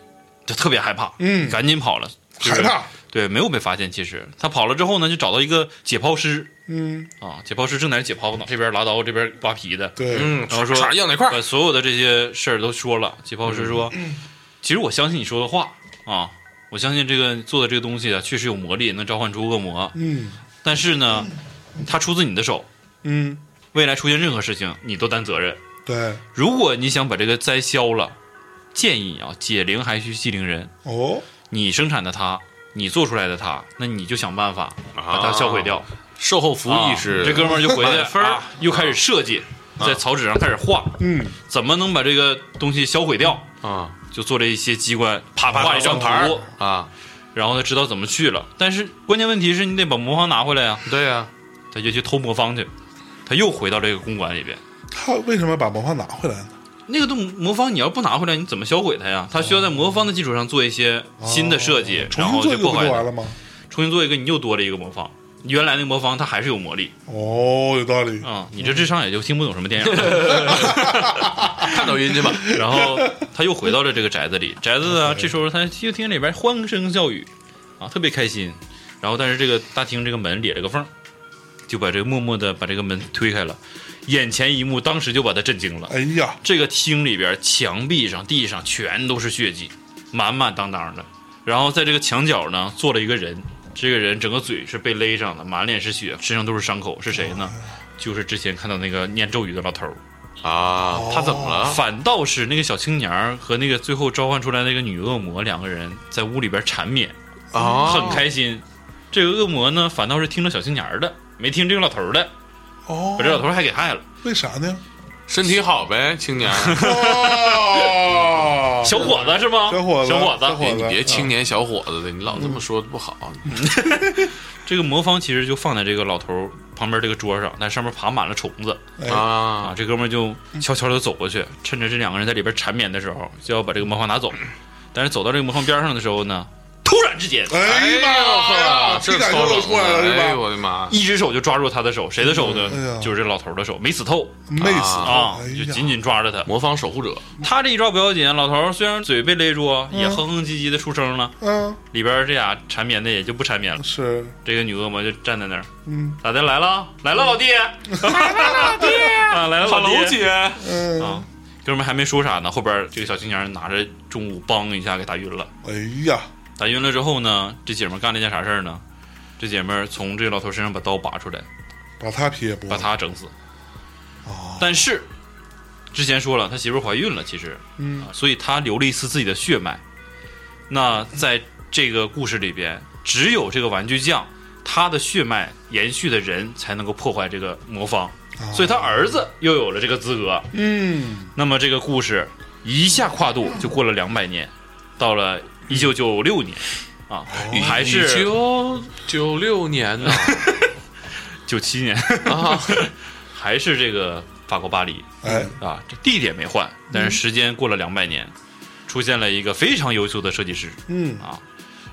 就特别害怕，嗯赶紧跑了。就是害怕，对，没有被发现。其实他跑了之后呢，就找到一个解剖师嗯，啊，解剖师正在那解剖呢，这边拉刀，这边扒皮的。对，嗯，然后说唰唰要哪块儿？嗯把所有的这些事儿都说了。解剖师说，其实我相信你说的话啊，我相信这个做的这个东西啊，确实有魔力，能召唤出恶魔。嗯但是呢，它出自你的手，嗯，未来出现任何事情你都担责任。对，如果你想把这个灾消了，建议啊，解铃还须系铃人。哦，你生产的它，你做出来的它，那你就想办法把它销毁掉。售后服务意啊识，这哥们儿啊就回满来分儿啊又开始设计，在草纸上开始画，嗯，怎么能把这个东西销毁掉？啊就做了一些机关，啪啪画一张上牌儿图，啊，然后他知道怎么去了。但是关键问题是你得把魔方拿回来呀、对呀，他就去偷魔方去，他又回到这个公馆里边。他为什么把魔方拿回来呢？那个东魔方你要不拿回来，你怎么销毁它呀？他需要在魔方的基础上做一些新的设计，哦重然后新做去一破个不坏就完它。了吗？重新做一个，你又多了一个魔方。原来那个魔方它还是有魔力哦，有道理。啊、你这智商也就听不懂什么电影了。 看抖音去吧，然后他又回到了这个宅子里，宅子呢，这时候他就听里边欢声笑语，啊，特别开心。然后但是这个大厅这个门裂了个缝儿，就把这个默默的把这个门推开了，眼前一幕当时就把他震惊了。哎呀，这个厅里边墙壁上、地上全都是血迹，满满当当的。然后在这个墙角呢，坐了一个人，这个人整个嘴是被勒上的，满脸是血，身上都是伤口，是谁呢？就是之前看到那个念咒语的老头儿。啊，他怎么了？反倒是那个小青年儿和那个最后召唤出来那个女恶魔两个人在屋里边缠绵，啊，很开心。这个恶魔呢，反倒是听了小青年儿的，没听这个老头儿的，哦把，这老头儿还给害了。为啥呢？身体好呗，青年。哦，小伙子是吗？小伙子小伙小子。伙哎你别青年小伙子的，你老这么说不好。这个魔方其实就放在这个老头儿旁边这个桌上，但上面爬满了虫子哎，啊啊。这哥们儿就悄悄的走过去，趁着这两个人在里边缠绵的时候，就要把这个魔方拿走。嗯但是走到这个魔方边上的时候呢，突然之间，哎呀妈呀，这体感就出来了是哎吧呦？我的妈！一只手就抓住他的手，谁的手呢？哎呀就是这老头儿的手，没死透。妹死啊了，哎，就呀，紧紧抓着他。魔方守护者，他这一抓不要紧，老头儿虽然嘴被勒住，啊也哼哼唧唧的出声了。嗯，里边这俩缠绵的也就不缠绵了。是，这个女恶魔就站在那儿，嗯咋的来了？来了，老 弟，老弟啊，来了，老弟哎姐嗯，啊。哥们儿还没说啥呢，后边这个小青年拿着重物，梆一下给打晕了。哎呀，打晕了之后呢，这姐们儿干了件啥事儿呢？这姐们儿从这老头身上把刀拔出来，把他撇不，把他整死。哦，但是之前说了，他媳妇儿怀孕了，其实嗯啊，所以他留了一丝自己的血脉。那在这个故事里边，只有这个玩具匠他的血脉延续的人才能够破坏这个魔方，啊所以他儿子又有了这个资格。嗯，那么这个故事一下跨度就过了两百年，到了一九九六年啊，还是九九六年呢九七年，啊， 还是这个法国巴黎。哎，啊，这地点没换，但是时间过了两百年，出现了一个非常优秀的设计师。嗯，啊，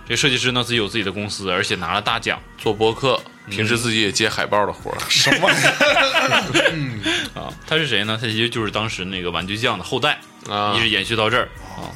这个设计师呢自己有自己的公司，而且拿了大奖。做播客，平时自己也接海报的活儿什么玩意儿？啊，他是谁呢？他其实就是当时那个玩具匠的后代，啊一，直延续到这儿。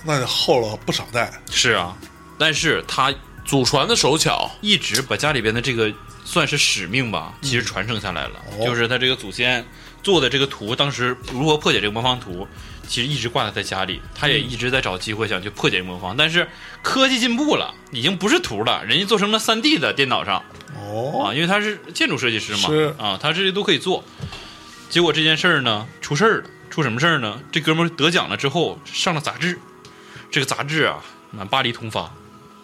那就厚了不少代，是啊，但是他祖传的手巧，一直把家里边的这个算是使命吧，其实传承下来了。哦就是他这个祖先做的这个图，当时如何破解这个魔方图，其实一直挂在他家里，他也一直在找机会想去破解这个魔方。但是科技进步了，已经不是图了，人家做成了三 D 的电脑上啊，哦，因为他是建筑设计师嘛，是啊，他这些都可以做。结果这件事儿呢，出事儿了，出什么事儿呢？这哥们儿得奖了之后上了杂志，这个杂志啊，满巴黎通发。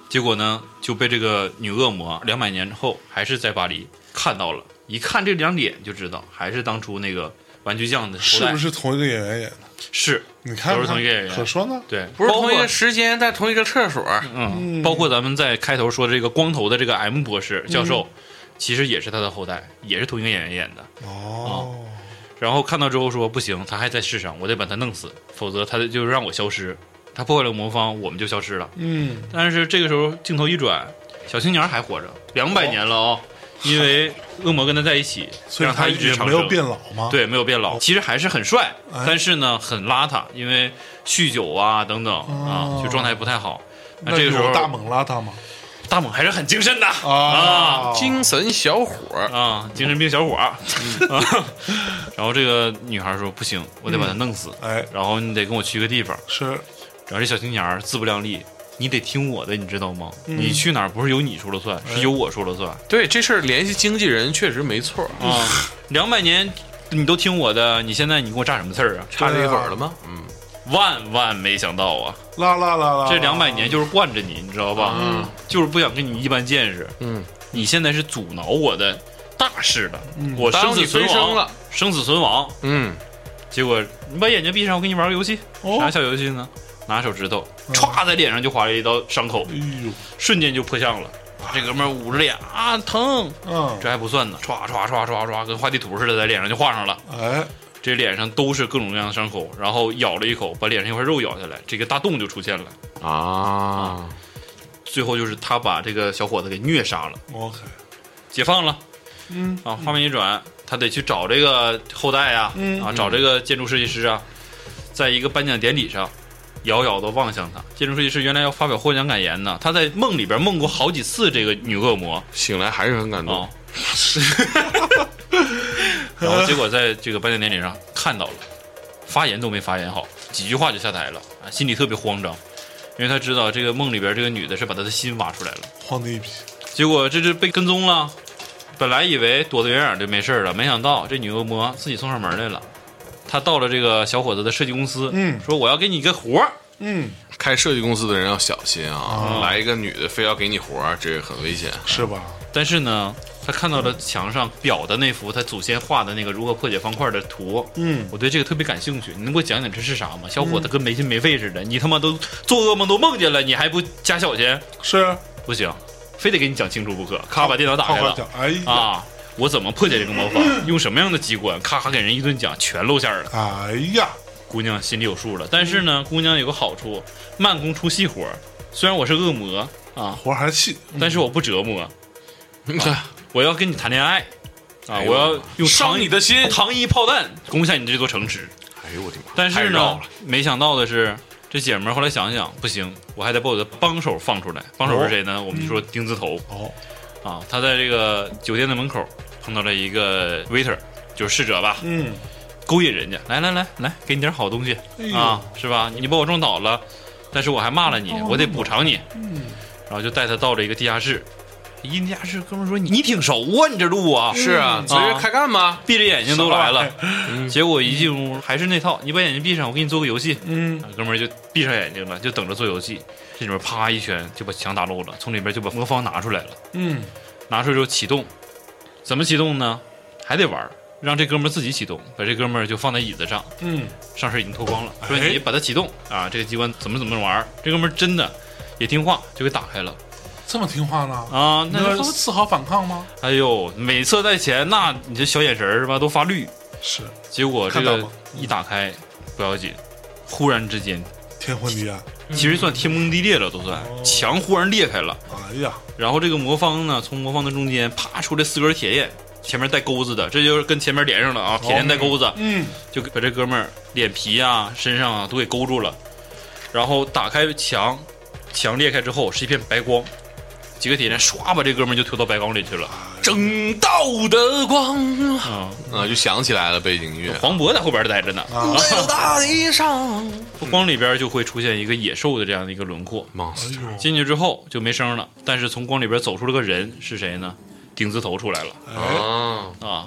结果呢，就被这个女恶魔两百年后还是在巴黎看到了，一看这张脸就知道还是当初那个玩具匠的后是代不是同一个演员演的？是你看看，都是同一个演员可说呢，对，不是包括同一个时间在同一个厕所，嗯，包括咱们在开头说这个光头的这个 M 博士教授，嗯其实也是他的后代，也是同一个演员演的。哦，然后看到之后说不行，他还在世上，我得把他弄死，否则他就让我消失。他破坏了魔方，我们就消失了。嗯，但是这个时候镜头一转，小青年还活着，两百年了啊、因为恶魔跟他在一起， 所以让他一直也长没生有。变老吗？，对，没有变老，其实还是很帅，哎但是呢很邋遢，因为酗酒啊等等啊哦，就状态不太好。那这个时候有大猛邋遢吗？大猛还是很精神的啊，精神小伙儿啊，精神病小伙儿。 啊然后这个女孩说：“不行，我得把他弄死。哎，然后你得跟我去个地方。是，”然后这小青年儿自不量力，你得听我的，你知道吗？你去哪儿不是由你说了算，是由我说了算对这事儿联系经纪人确实没错儿，啊！ 两百年你都听我的，你现在你给我炸什么刺儿啊？差这一会儿了吗？嗯，万万没想到啊！啦啦啦啦，这两百年就是惯着你，你知道吧？嗯，就是不想跟你一般见识。嗯，你现在是阻挠我的大事了，我生当死你存分亡生了，生死存亡。嗯，结果你把眼睛闭上，我跟你玩个游戏，哦啥小游戏呢？拿手指头歘在脸上就划了一道伤口，哎呦，瞬间就破相了。这哥们儿捂着脸啊，疼！嗯，这还不算呢，歘歘歘歘歘，跟画地图似的，在脸上就画上了。哎，这脸上都是各种各样的伤口，然后咬了一口，把脸上一块肉咬下来，这个大洞就出现了。嗯啊，最后就是他把这个小伙子给虐杀了， OK，解放了嗯，啊！画面一转，他得去找这个后代啊，嗯啊，找这个建筑设计师啊，在一个颁奖典礼上，遥遥的望向他。建筑设计师原来要发表获奖感言呢，他在梦里边梦过好几次这个女恶魔醒来还是很感动啊，，然后结果在这个颁奖典礼上看到了，发言都没发言好，几句话就下台了，啊，心里特别慌张，因为他知道这个梦里边这个女的是把他的心挖出来了。慌的一批，结果这是被跟踪了，本来以为躲得远远就没事儿了，没想到这女恶魔自己送上门来了。她到了这个小伙子的设计公司，嗯说我要给你一个活儿，嗯，开设计公司的人要小心啊，来一个女的非要给你活儿，这很危险。是吧？但是呢，她看到了墙上裱的那幅她祖先画的那个如何破解方块的图，嗯，我对这个特别感兴趣，你能给我讲讲这是啥吗？小嗯伙子跟没心没肺似的，你他妈都做噩梦都梦见了，你还不加小心？是，啊不行，非得给你讲清楚不可。咔，把电脑打好开好了，讲，哎呀，啊，我怎么破解这个魔 法？用什么样的机关？咔咔给人一顿讲，全露馅儿了。哎呀，姑娘心里有数了。但是呢，嗯姑娘有个好处，慢工出细活儿。虽然我是恶魔啊，活儿还细，嗯但是我不折磨，啊我要跟你谈恋爱啊，哎呦我要用伤糖你的心糖衣炮弹攻下你这座城池。哎呦我的妈！但太是绕呢了，没想到的是，这姐们儿后来想想不行，我还得把我的帮手放出来。帮哦手是谁呢？我们就嗯说钉子头。哦，啊，他在这个酒店的门口碰到了一个 waiter，就是侍者吧，嗯，勾引人家，来来来来，给你点好东西、哎呦啊，是吧？你把我撞倒了，但是我还骂了你，哦我得补偿你。嗯，然后就带他到了一个地下室，一地下室，哥们儿说你挺熟啊，你这路啊，是啊，随着开啊嗯干吧。闭着眼睛都来了啥。结果一进屋还是那套，你把眼睛闭上，我给你做个游戏。嗯，啊哥们儿就闭上眼睛了，就等着做游戏。这里面啪一拳就把墙打漏了，从里边就把魔方拿出来了。嗯，拿出来之后启动，怎么启动呢？还得玩儿，让这哥们儿自己启动，把这哥们儿就放在椅子上，嗯，上身已经脱光了，说哎你把它启动啊，这个机关怎么怎么玩儿。这哥们儿真的也听话，就给打开了这么听话呢？啊。你那说丝毫反抗吗？哎呦，每次在前，那你这小眼神儿是吧，都发绿。是，结果这看个到吗一打开不要紧，忽然之间，天昏地暗，其嗯实算天崩地裂了，都算哦墙忽然裂开了。哎呀，然后这个魔方呢，从魔方的中间啪出来四根铁链，前面带钩子的，这就是跟前面连上了啊，铁链带钩子，哦嗯，就把这哥们儿脸皮啊、身上啊都给勾住了。然后打开墙，墙裂开之后是一片白光，几个铁链唰把这哥们儿就推到白光里去了。正道的光啊、啊，就想起来了背景音乐。黄渤在后边待着呢，啊，大地上光里边就会出现一个野兽的这样的一个轮廓。哎 monster，呦，进去之后就没声了，但是从光里边走出了个人，是谁呢？顶字头出来了。哎，啊，啊，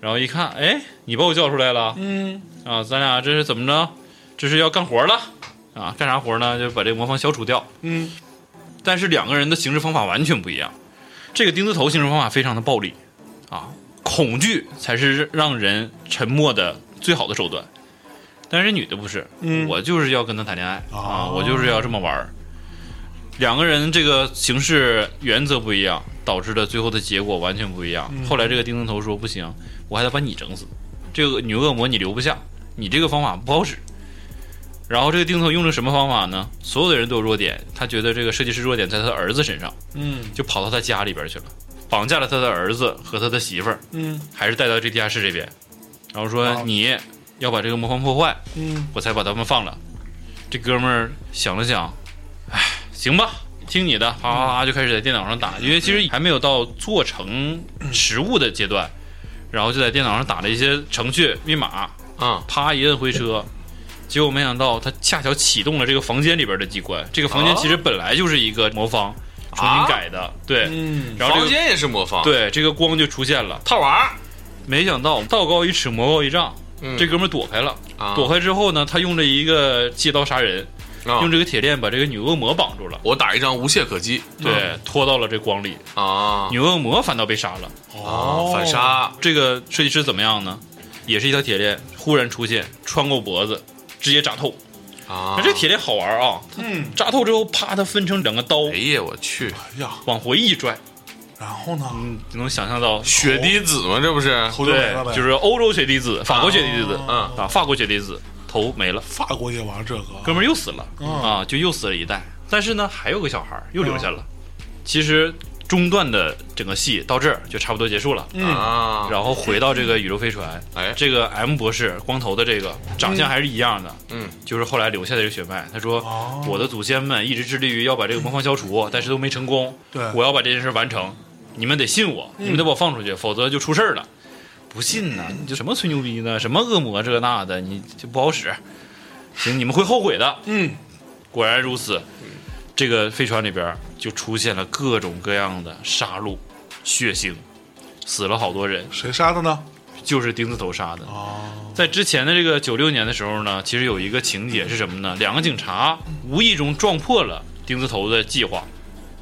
然后一看，哎，你把我叫出来了嗯，啊，咱俩这是怎么着？这是要干活了啊？干啥活呢？就把这个魔方消除掉。嗯，但是两个人的行事方法完全不一样。这个钉子头行事方法非常的暴力啊，恐惧才是让人沉默的最好的手段。但是这女的不是，嗯我就是要跟她谈恋爱、啊，哦我就是要这么玩儿。两个人这个行事原则不一样，导致的最后的结果完全不一样。后来这个钉子头说不行，我还得把你整死，这个女恶魔你留不下，你这个方法不好使。然后这个钉子头用了什么方法呢？所有的人都有弱点，他觉得这个设计师弱点在他的儿子身上，嗯，就跑到他家里边去了，绑架了他的儿子和他的媳妇儿，嗯，还是带到这地下室这边，然后说啊你要把这个魔方破坏，嗯，我才把他们放了。这哥们儿想了想，哎，行吧，听你的，啪啪啪就开始在电脑上打，因为其实还没有到做成实物的阶段，然后就在电脑上打了一些程序密码，啊，啪一摁回车，结果没想到他恰巧启动了这个房间里边的机关。这个房间啊其实本来就是一个魔方重新改的，对。嗯然后这房个间也是魔方，，对，这个光就出现了。套娃儿没想到道高一尺，魔高一丈，嗯这哥们儿躲开了。啊躲开之后呢，他用了一个借刀杀人，啊用这个铁链把这个女恶魔绑住了，我打一张无懈可击，对，拖到了这光里。啊女恶魔反倒被杀了。啊，反哦杀，这个设计师怎么样呢？也是一条铁链忽然出现，穿过脖子，直接扎透。啊那，哎这铁链好玩啊，嗯，扎透之后，啪，它分成两个刀，哎呀，我去，哎呀，往回一拽，然后呢，嗯，就能想象到，血滴子吗？这不是头就没对了，呗，就是欧洲血滴啊子、法国血滴子，哦啊，法国血滴子头没了，法国也玩这个，哥们儿又死了嗯啊，就又死了一代。但是呢，还有个小孩儿又留下了。嗯其实中段的整个戏到这儿就差不多结束了，嗯，啊，然后回到这个宇宙飞船，哎这个 M 博士光头的这个长相还是一样的，嗯，就是后来留下的这个血脉。他说哦，我的祖先们一直致力于要把这个魔方消除，但是都没成功。对我要把这件事完成，你们得信我，你们得把我放出去，否则就出事儿了。不信呢，你就什么吹牛逼呢？什么恶魔这那的，你就不好使。行，你们会后悔的。嗯，果然如此。这个飞船里边就出现了各种各样的杀戮、血腥，死了好多人，谁杀的呢？就是钉子头杀的。哦，在之前的这个九六年的时候呢，其实有一个情节是什么呢？两个警察无意中撞破了钉子头的计划，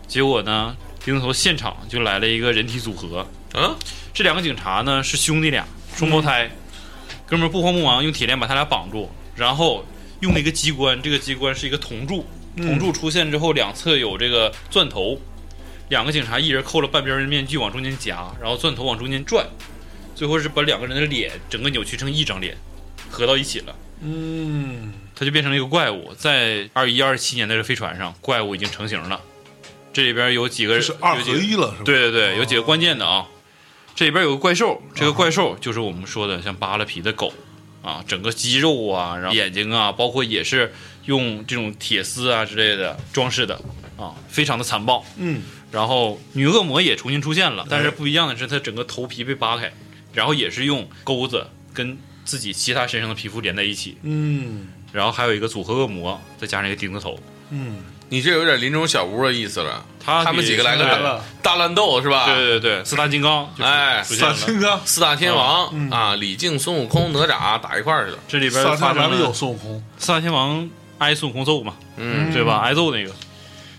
结果呢，钉子头现场就来了一个人体组合。嗯，这两个警察呢是兄弟俩，双胞胎，嗯哥们儿不慌不忙用铁链把他俩绑住，然后用了一个机关，这个机关是一个铜柱，嗯铜柱出现之后两侧有这个钻头，两个警察一人扣了半边儿的面具往中间夹，然后钻头往中间转，最后是把两个人的脸整个扭曲成一张脸，合到一起了。嗯，它就变成了一个怪物。在二一二七年的这飞船上，怪物已经成型了。这里边有几个这是二有合几个一了，是吧？哦啊对对对，有几个关键的啊。这里边有个怪兽，这个怪兽就是我们说的像扒了皮的狗啊，整个肌肉啊，然后眼睛啊，包括也是用这种铁丝啊之类的装饰的啊，非常的残暴。嗯，然后女恶魔也重新出现了，哎但是不一样的是，她整个头皮被扒开，然后也是用钩子跟自己其他身上的皮肤连在一起，嗯然后还有一个组合恶魔，再加上一个钉子头，嗯，你这有点林中小屋的意思了。他他们几个来个大大乱斗是吧？对对对，四大金刚就出哎出现啊大了。金刚，四大天王、嗯啊，李靖、孙悟空、哪吒打一块儿去了。嗯这里边撒发旦生咱了们有孙悟空，四大天王挨孙悟空揍嘛，嗯对吧？挨揍那个。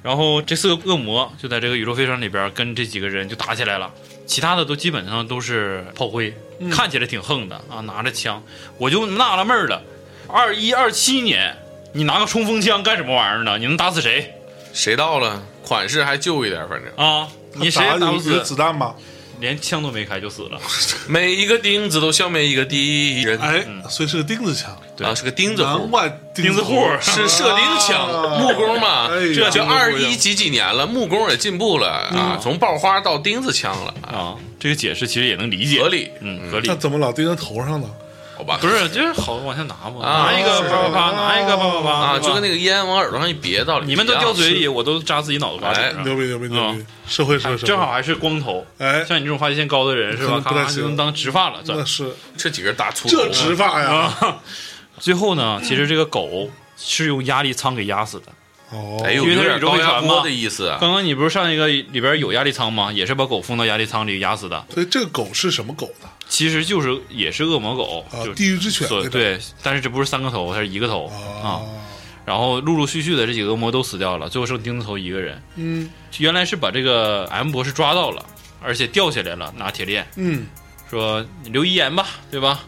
然后这四个恶魔就在这个宇宙飞船里边跟这几个人就打起来了，其他的都基本上都是炮灰，看起来挺横的啊，拿着枪，我就纳了闷儿了，二一二七年你拿个冲锋枪干什么玩意儿呢？你能打死谁谁到了？款式还旧一点，反正啊？你谁打也打不有有死，子弹吗？连枪都没开就死了。每一个钉子都消灭一个敌人哎，所以是个钉子枪，啊，是个钉子难户，怪嗯钉子户户是射钉枪，木工嘛哎呀。这钉就子户二一几几年了，木工也进步了嗯啊，从爆花到钉子枪了，啊，这个解释其实也能理解，合理嗯，合理那。怎么老钉在头上呢？好吧？不是，就是好往下拿嘛，啊拿一个啪啪啪，拿一个啪啪啪啊，是吧就跟那个烟往耳朵上一别，道理你们都一样掉嘴里，我都扎自己脑子瓜子上。牛逼牛逼牛逼啊！社会是哎嗯正好，还是光头，哎像你这种发际线高的人是吧？可能咔不太咔就行能当直发了，那算是这几个人打粗头这执法呀！啊。最后呢，其实这个狗是用压力舱给压死的。哦，哎呦，因为有它是宇点宙高飞船压锅嘛的意思啊。刚刚你不是上一个里边有压力舱吗？也是把狗放到压力舱里压死的，所以这个狗是什么狗呢？其实就是也是恶魔狗，啊就，地狱之犬所那种对，但是这不是三个头，它是一个头啊。啊，然后陆陆续续的这几个恶魔都死掉了，最后剩钉子头一个人。嗯原来是把这个 M 博士抓到了，而且吊起来了，拿铁链。嗯，说你留遗言吧，对吧？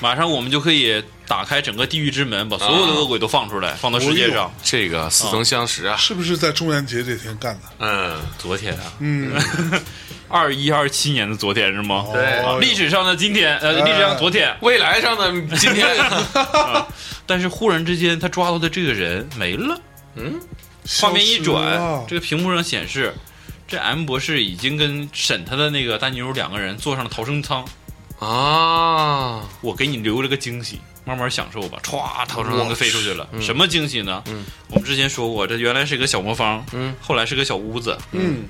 马上我们就可以打开整个地狱之门，把所有的恶鬼都放出来，放到世界上。这个似曾相识啊，是不是在中元节这天干的？嗯，昨天啊，嗯，二一二七年的昨天是吗？啊对哦历史上的今天，呃，历史上昨天，未来上的 今天但是忽然之间，他抓到的这个人没了。画面一消失转了，这个屏幕上显示，这 M 博士已经跟审他的那个大妞两个人坐上了逃生舱。啊，我给你留了个惊喜，慢慢享受吧。歘，逃生舱就飞出去了。什么惊喜呢？嗯，我们之前说过，这原来是一个小魔方，嗯，后来是个小屋子。嗯，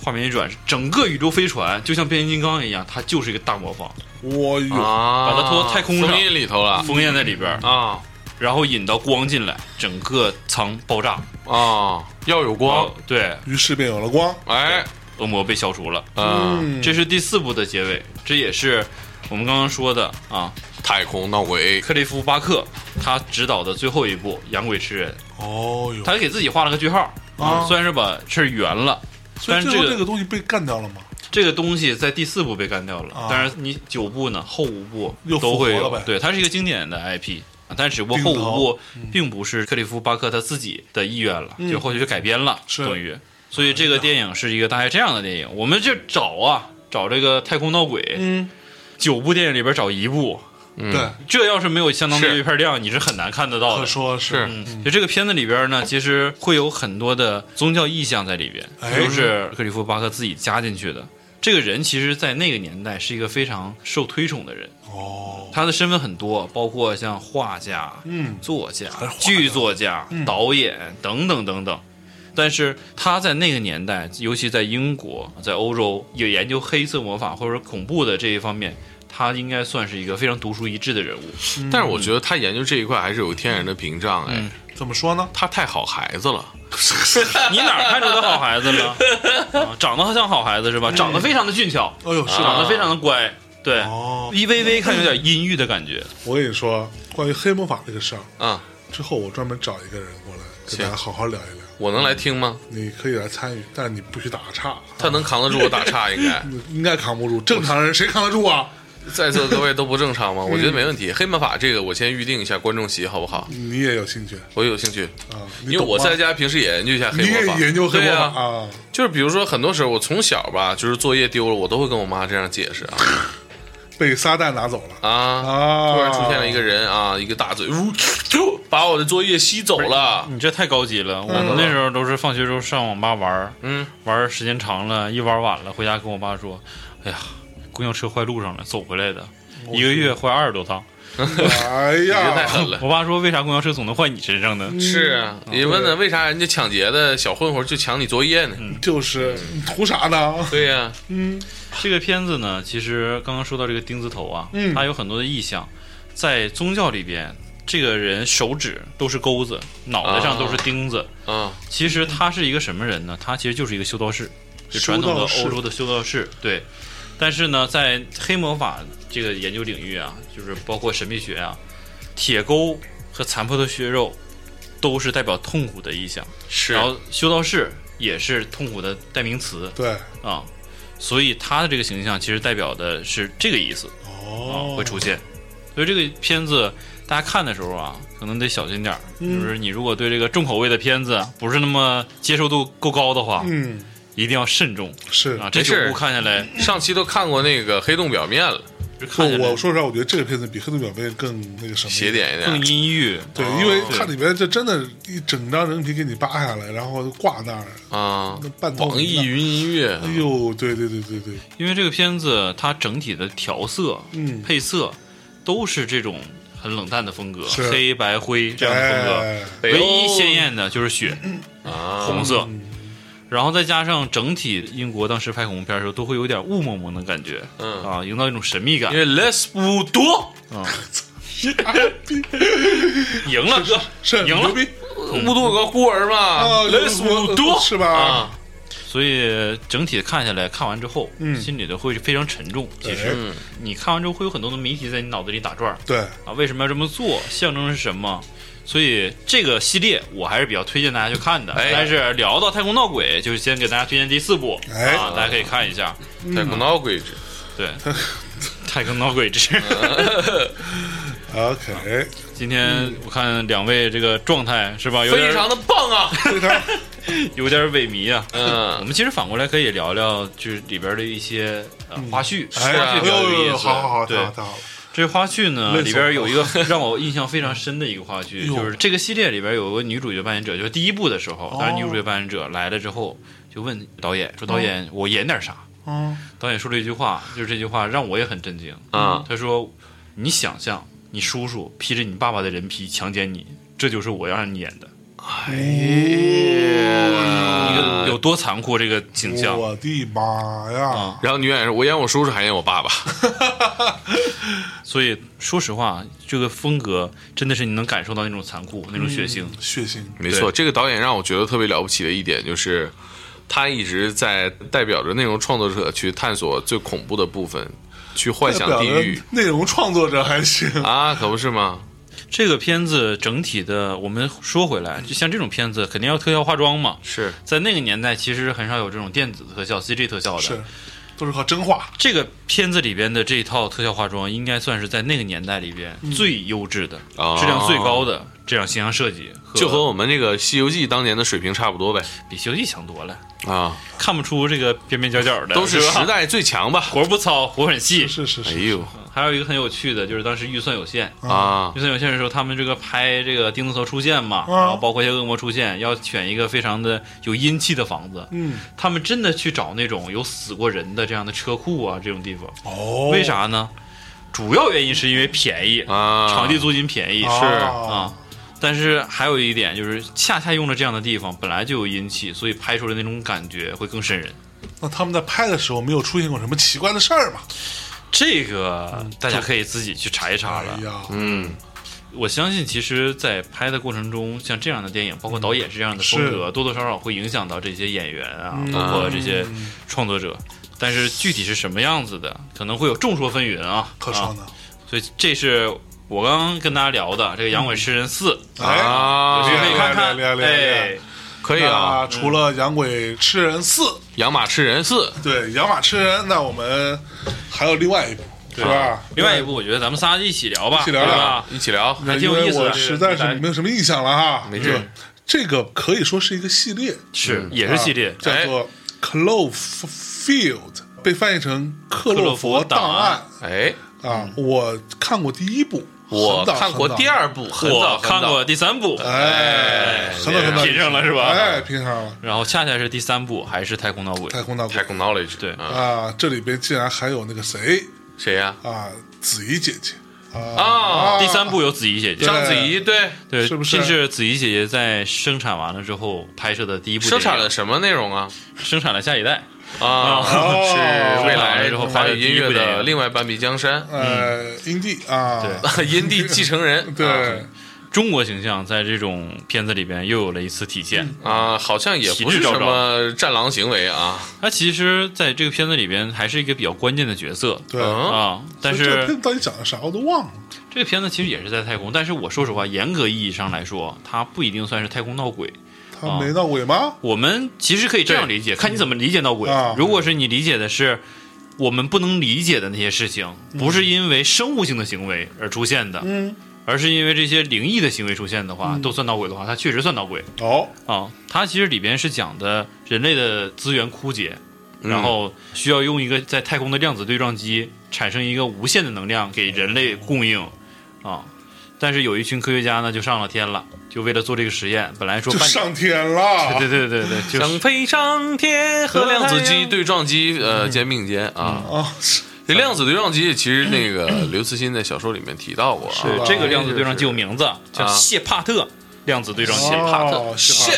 画面一转，整个宇宙飞船就像变形金刚一样，它就是一个大魔方，我有啊，哎把它拖到太空上封印里头了封印在里边儿。啊，然后引到光进来，整个舱爆炸。啊，要有光呃，对，于是便有了光。哎，恶魔被消除了。嗯，这是第四部的结尾，这也是我们刚刚说的啊，太空闹鬼，克利夫·巴克他执导的最后一部《养鬼吃人》，哦哟，他给自己画了个句号啊算是把事儿圆了。所但以是最后这这个个东西被干掉了吗？这个东西在第四部被干掉了，啊但是你九部呢，后五部又复都会活了有呗，对，它是一个经典的 IP。啊但只不过定后投五部嗯并不是克里夫·巴克他自己的意愿了，就后续就改编了，是等于，所以这个电影是一个大概这样的电影。我们就找啊，找这个《太空闹鬼》嗯，九部电影里边找一部，对，这要是没有相当的是阅片量，你是很难看得到可的。说是是嗯，就这个片子里边呢，其实会有很多的宗教意象在里边，哎都是克里夫·巴克自己加进去的。这个人其实，在那个年代是一个非常受推崇的人，哦，他的身份很多，包括像画家、嗯，作家还是画、家嗯剧作家、导演等等等等。但是他在那个年代，尤其在英国、在欧洲，有研究黑色魔法或者恐怖的这一方面，他应该算是一个非常独树一帜的人物。嗯但是我觉得他研究这一块还是有天然的屏障，哎，嗯怎么说呢？他太好孩子了， 你哪儿看出他好孩子了？啊长得像好孩子是吧？长得啊非常的俊俏，哦呦，是长吧？得非常的乖，对，哦，一微微看有点阴郁的感觉。我跟你说，关于黑魔法这个事儿，啊，之后我专门找一个人过来跟大家好好聊一聊。我能来听吗？你可以来参与，但你不许打岔，嗯他能扛得住我打岔？应 该你应该扛不住。正常人谁扛得住啊？在座各位都不正常嗯吗？我觉得没问题。黑魔法这个，我先预定一下观众席，好不好？你也有兴趣我有兴趣，啊？你因为懂我吗在家平时也研究一下黑你也魔法，研究黑魔对法啊啊？就是比如说，很多时候我从小吧，就是作业丢了，我都会跟我妈这样解释啊被撒旦拿走啊！了啊！突然出现了一个人啊，一个大嘴，呜啾把我的作业吸走了。你这太高级了，我们那时候都是放学之后上网吧玩儿，嗯，玩儿时间长了，一玩晚了，回家跟我爸说：“哎呀，公交车坏路上了，走回来的，一个月坏二十多趟。哎你这太呀，狠”了。我爸说：“为啥公交车总能坏你身上呢？”是啊，你问呢？为啥人家抢劫的小混混就抢你作业呢？嗯就是你图啥呢？对呀，嗯，这个片子呢，其实刚刚说到这个钉子头啊，嗯它有很多的意象，在宗教里边，这个人手指都是钩子，脑袋上都是钉子。啊，其实他是一个什么人呢？他其实就是一个修道士，就传统的修道士欧洲的修道士。对，但是呢，在黑魔法这个研究领域啊，就是包括神秘学啊，铁钩和残破的血肉都是代表痛苦的意象，是然后修道士也是痛苦的代名词。对，啊、所以他的这个形象其实代表的是这个意思啊、哦，会出现。所以这个片子大家看的时候啊，可能得小心点儿，嗯就是你如果对这个重口味的片子不是那么接受度够高的话，嗯，一定要慎重是啊。这九没事儿嗯部看下来，上期都看过那个黑洞表面了，就不看下，来我说实话，我觉得这个片子比《黑洞表面》更那个什么邪。点一更点。阴郁。啊对，因为它里面这真的，一整张人皮给你扒下来，然后挂那儿，啊那，半透网易明的。云音乐哎呦，对对对对对，因为这个片子它整体的调色、嗯配色都是这种很冷淡的风格，是黑白灰这样的风格。哎，北唯欧一鲜艳嗯的就是雪，啊，红色，嗯然后再加上整体英国当时拍恐怖片的时候，都会有点雾蒙蒙的感觉，嗯啊，营造一种神秘感因。为 less 不多，赢了哥，哎是赢了牛逼乌多有个孤儿嘛啊！ ，less 不多是吧？啊， 所以整体看下来，看完之后，嗯心里头会非常沉重。其实嗯你看完之后会有很多的谜题在你脑子里打转儿哎对，啊，为什么要这么做？象征是什么？所以这个系列我还是比较推荐大家去看的。哎但是聊到太空闹鬼，就是先给大家推荐第四部、哎啊，大家可以看一下。太空闹鬼之 对，太空闹鬼之 OK，哎今天我看两位这个状态是吧，有点非常的棒啊，非常有点萎靡啊。我嗯，们其实反过来可以聊聊，就是里边的一些呃花絮，是哎啊呀，花絮比较有呦意呦，思。好好好，太对好，太好了，这花絮呢累死我了里边 有一个让我印象非常深的一个花絮，呦就是这个系列里边有个女主角扮演者，就是第一部的时候，哦当时女主角扮演者来了之后，就问导演说：“导演，我演点啥嗯，？”导演说了一句话，就是这句话让我也很震惊啊他说：“你想象你叔叔披着你爸爸的人皮强奸你，这就是我要让你演的。”一一个有有多残酷这个景象。我的妈呀！然后女演员说：“我演我叔叔还演我爸爸。所以说实话，这个风格真的是你能感受到那种残酷、那种血腥。血腥”没错，这个导演让我觉得特别了不起的一点就是，他一直在代表着内容创作者去探索最恐怖的部分，去幻代想表地了狱内容创作者还行，啊，可不是吗？这个片子整体的，我们说回来，就像这种片子肯定要特效化妆嘛。是在那个年代，其实很少有这种电子特效、CG 特效的。是都是靠真话。这个片子里边的这一套特效化妆，应该算是在那个年代里边嗯最优质的、哦质量最高的这样形象设计，就和我们这个《西游记》当年的水平差不多呗比《西游记》强多了，啊，看不出这个边边角角的，都是吧时代最强吧？活不糙，活很细。是是哎是，呦还有一个很有趣的，就是当时预算有限，啊预算有限的时候，他们这个拍这个钉子头出现嘛，嗯然后包括一些恶魔出现，要选一个非常的有阴气的房子。嗯，他们真的去找那种有死过人的这样的车库啊，这种地方。哦，为啥呢？主要原因是因为便宜，啊！场地租金便宜啊啊。但是还有一点就是，恰恰用了这样的地方，本来就有阴气，所以拍出来那种感觉会更瘆人。那他们在拍的时候没有出现过什么奇怪的事儿吗？这个嗯大家可以自己去查一查哎了。呀，嗯，我相信，其实，在拍的过程中，像这样的电影，包括导演是这样的风格，多多少少会影响到这些演员啊，包括这些创作者。但是具体是什么样子的，可能会有众说纷纭啊。可啊说呢。所以这是我刚刚跟大家聊的这个《养鬼诗人四》，哎，啊有，机会可以看看。厉害厉害厉害厉害哎，可以啊，嗯那除了《养鬼吃人四》，养马吃人四对，《养马吃人》，那我们还有另外一部，是吧？啊另外一部，我觉得咱们仨一起聊吧，一起聊对聊吧？一起聊。那还挺有因为意思的我实在是没有什么印象了哈。没事对，这个可以说是一个系列，是，也是系列啊。叫做 Cloverfield，被翻译成克洛佛档案哎，啊。我看过第一部，我很早看过第，二部，很早我很看早过第三部，很早哎，很早很早品上了是吧哎，拼上了然后恰恰是第三部还是《太空闹鬼太》，空道太空 knowledge，对啊，啊，这里边竟然还有那个谁谁呀？啊，子怡姐姐啊，第三部有子怡姐姐，章子怡对，哦对，是不是这是子怡姐姐在生产完了之后拍摄的第一部电生影，产了什么内容啊？生产了下一代，啊，哦是未来哦然后发华了语第一音乐部电的影另外半壁江山， 呃，英帝啊，对阴地继承人，啊对中国形象在这种片子里边又有了一次体现。嗯啊，好像也不是什么战狼行为啊，她其实在这个片子里边还是一个比较关键的角色对，嗯，啊，但所以这个片是子到底讲的啥我都忘了。这个片子其实也是在太空，但是我说实话，严格意义上来说，它不一定算是太空闹鬼。他没闹鬼吗？我们其实可以这样理解，看你怎么理解闹鬼啊。如果是你理解的是我们不能理解的那些事情，不是因为生物性的行为而出现的，嗯，而是因为这些灵异的行为出现的话，都算闹鬼的话，它确实算闹鬼哦，啊。它其实里边是讲的人类的资源枯竭，嗯然嗯后需要用一个在太空的量子对撞机产生一个无限的能量给人类供应啊。但是有一群科学家呢，就上了天了，就为了做这个实验。本来说哦就半上天了，对对对对对，就是想飞上天和量子机对撞机嗯呃肩并肩啊，啊，是这量子对撞机其实那个刘慈欣在小说里面提到过啊，对吧这个量子对撞机有名字，叫啊谢帕特量子对撞机。哦，谢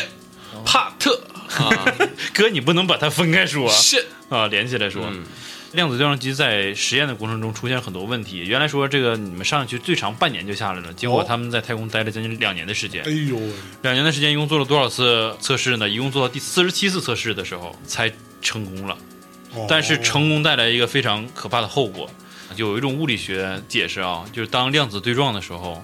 帕特啊，哥，哦 你不能把它分开说谢啊，连起来说。嗯量子对撞机在实验的过程中出现很多问题。原来说这个你们上去最长半年就下来了，结果哦他们在太空待了将近两年的时间哎。呦喂，两年的时间一共做了多少次测试呢？一共做到第四十七次测试的时候才成功了。哦但是成功带来一个非常可怕的后果，有一种物理学解释啊，就是当量子对撞的时候，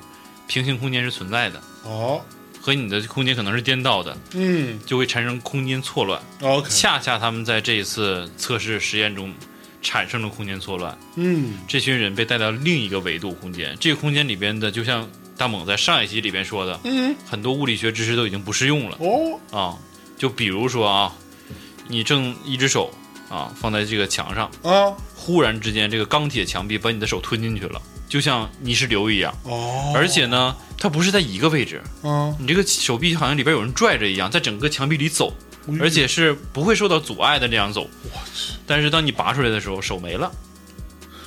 平行空间是存在的，哦，和你的空间可能是颠倒的，嗯就会产生空间错乱。 ，OK，恰恰他们在这一次测试实验中产生了空间错乱，嗯，这群人被带到另一个维度空间。这个空间里边的，就像大猛在上一集里边说的，嗯，很多物理学知识都已经不适用了哦，啊。就比如说啊，你正一只手啊放在这个墙上，啊，忽然之间这个钢铁墙壁把你的手吞进去了，就像泥石流一样。哦，而且呢，它不是在一个位置，啊，你这个手臂好像里边有人拽着一样，在整个墙壁里走，哎而且是不会受到阻碍的那样走。我去，但是当你拔出来的时候，手没了，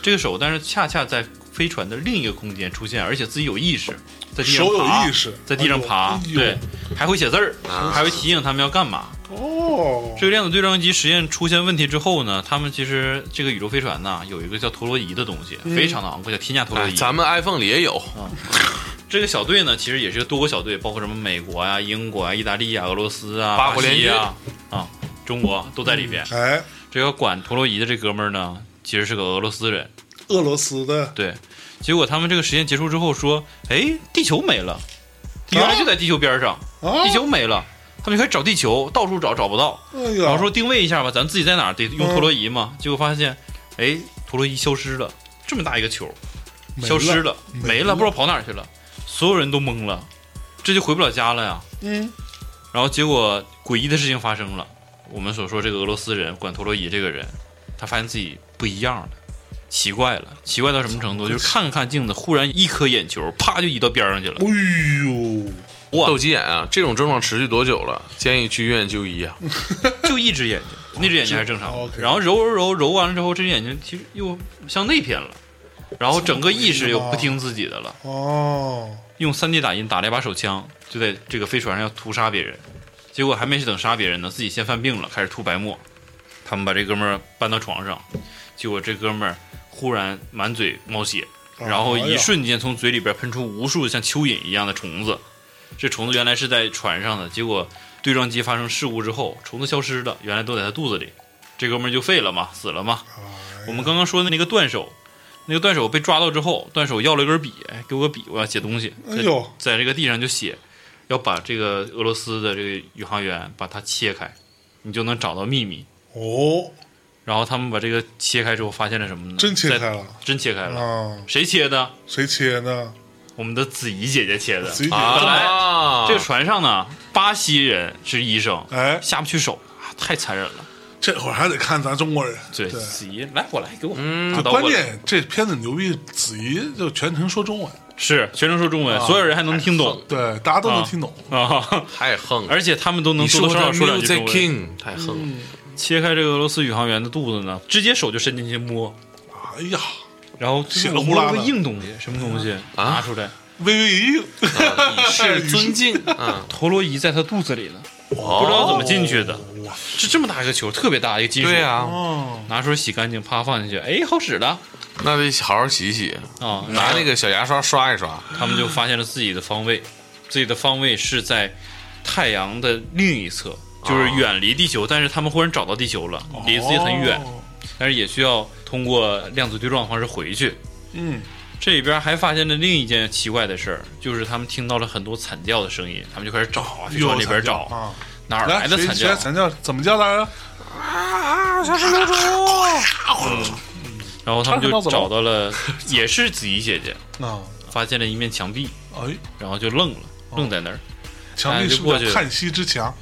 这个手但是恰恰在飞船的另一个空间出现，而且自己有意识，在地上手有爬意识在地上爬，哎呦对，还会写字儿，啊还会提醒他们要干嘛。哦，哦，这个量子对撞机实验出现问题之后呢，他们其实这个宇宙飞船呐有一个叫陀螺仪的东西，非常的昂贵，叫天价陀螺哎仪。咱们 iPhone 里也有，这个小队呢，其实也是多个小队，包括什么美国呀、英国呀、啊意大利呀、俄罗斯啊、八巴国联西军嗯呀啊、中国都在里边。哎，这个管陀螺仪的这哥们儿呢，其实是个俄罗斯人。俄罗斯的对，结果他们这个实验结束之后说，哎，地球没了，原来就在地球边上，哦啊，地球没了，他们就开始找地球，到处找找不到，哎呀，然后说定位一下吧，咱自己在哪儿得用陀螺仪嘛，嗯结果发现，哎，陀螺仪消失了，这么大一个球没消失了，了，没没了了，不知道跑哪儿去了，所有人都懵了，这就回不了家了呀。嗯，然后结果诡异的事情发生了，我们所说这个俄罗斯人管陀螺仪这个人，他发现自己不一样了，奇怪了，奇怪到什么程度？就是看看镜子，忽然一颗眼球啪就移到边上去了哎。呦，哇斗鸡眼啊，这种症状持续多久了？建议去医院就医啊。 就一只眼睛，那只眼睛还是正常哦的。 ，OK 然后揉揉揉揉完了之后，这只眼睛其实又向内偏了，然后整个意识又不听自己的了，哦，用 3D 打印打了一把手枪，就在这个飞船上要屠杀别人，结果还没等杀别人呢，自己先犯病了，开始吐白沫。他们把这哥们儿搬到床上，结果这哥们儿忽然满嘴冒血，哎哦然后一瞬间从嘴里边喷出无数像蚯蚓一样的虫子。这虫子原来是在船上的，结果对撞机发生事故之后，虫子消失了，原来都在他肚子里。这哥们儿就废了嘛，死了嘛。哦哎我们刚刚说的那个断手，那个断手被抓到之后，断手要了一根笔，哎，给我个笔，我要写东西。哎呦，在这个地上就写，要把这个俄罗斯的这个宇航员把它切开，你就能找到秘密。哦，然后他们把这个切开之后，发现了什么呢？真切在开，了真切开了。啊，谁切的？谁切呢？我们的子怡姐姐切的。自己啊，本来这个是船上呢，巴西人是医生，哎，下不去手，啊太残忍了。这会儿还得看咱中国人，对，对子怡，来，我来，给我拿就嗯刀过关来。键这片子牛逼，子怡就全程说中文，是全程说中文，所有人还能听懂对，大家都能听懂，啊， 太横了。而且他们都能你多多少少说两句 Music 中文。 King 太横了，切开这个俄罗斯宇航员的肚子呢，直接手就伸进去摸，哎呀，然后血了了呼啦个的硬东西，什么东西拿出来？微微一硬，以示 尊敬。嗯，陀螺仪在他肚子里呢，不不知道怎么进去的，哇，是这么大一个球，特别大一个金属，哎哦对啊呀，哦，拿出来洗干净，啪放进去，哎，好使了那得好好洗洗，啊！拿那个小牙刷刷一刷。他们就发现了自己的方位，自己的方位是在太阳的另一侧，啊就是远离地球，但是他们忽然找到地球了，离自己很远，哦但是也需要通过量子对撞的方式回去。嗯，这里边还发现了另一件奇怪的事儿，就是他们听到了很多惨叫的声音，他们就开始找啊，飞船里边找，啊，哪儿来的谁惨谁叫？惨叫怎么叫来着？然后他们就看看到怎么找到了，也是子怡姐姐，啊，发现了一面墙壁，哎，然后就愣了，愣在那儿，墙壁哎就是不过去是了叹息之墙？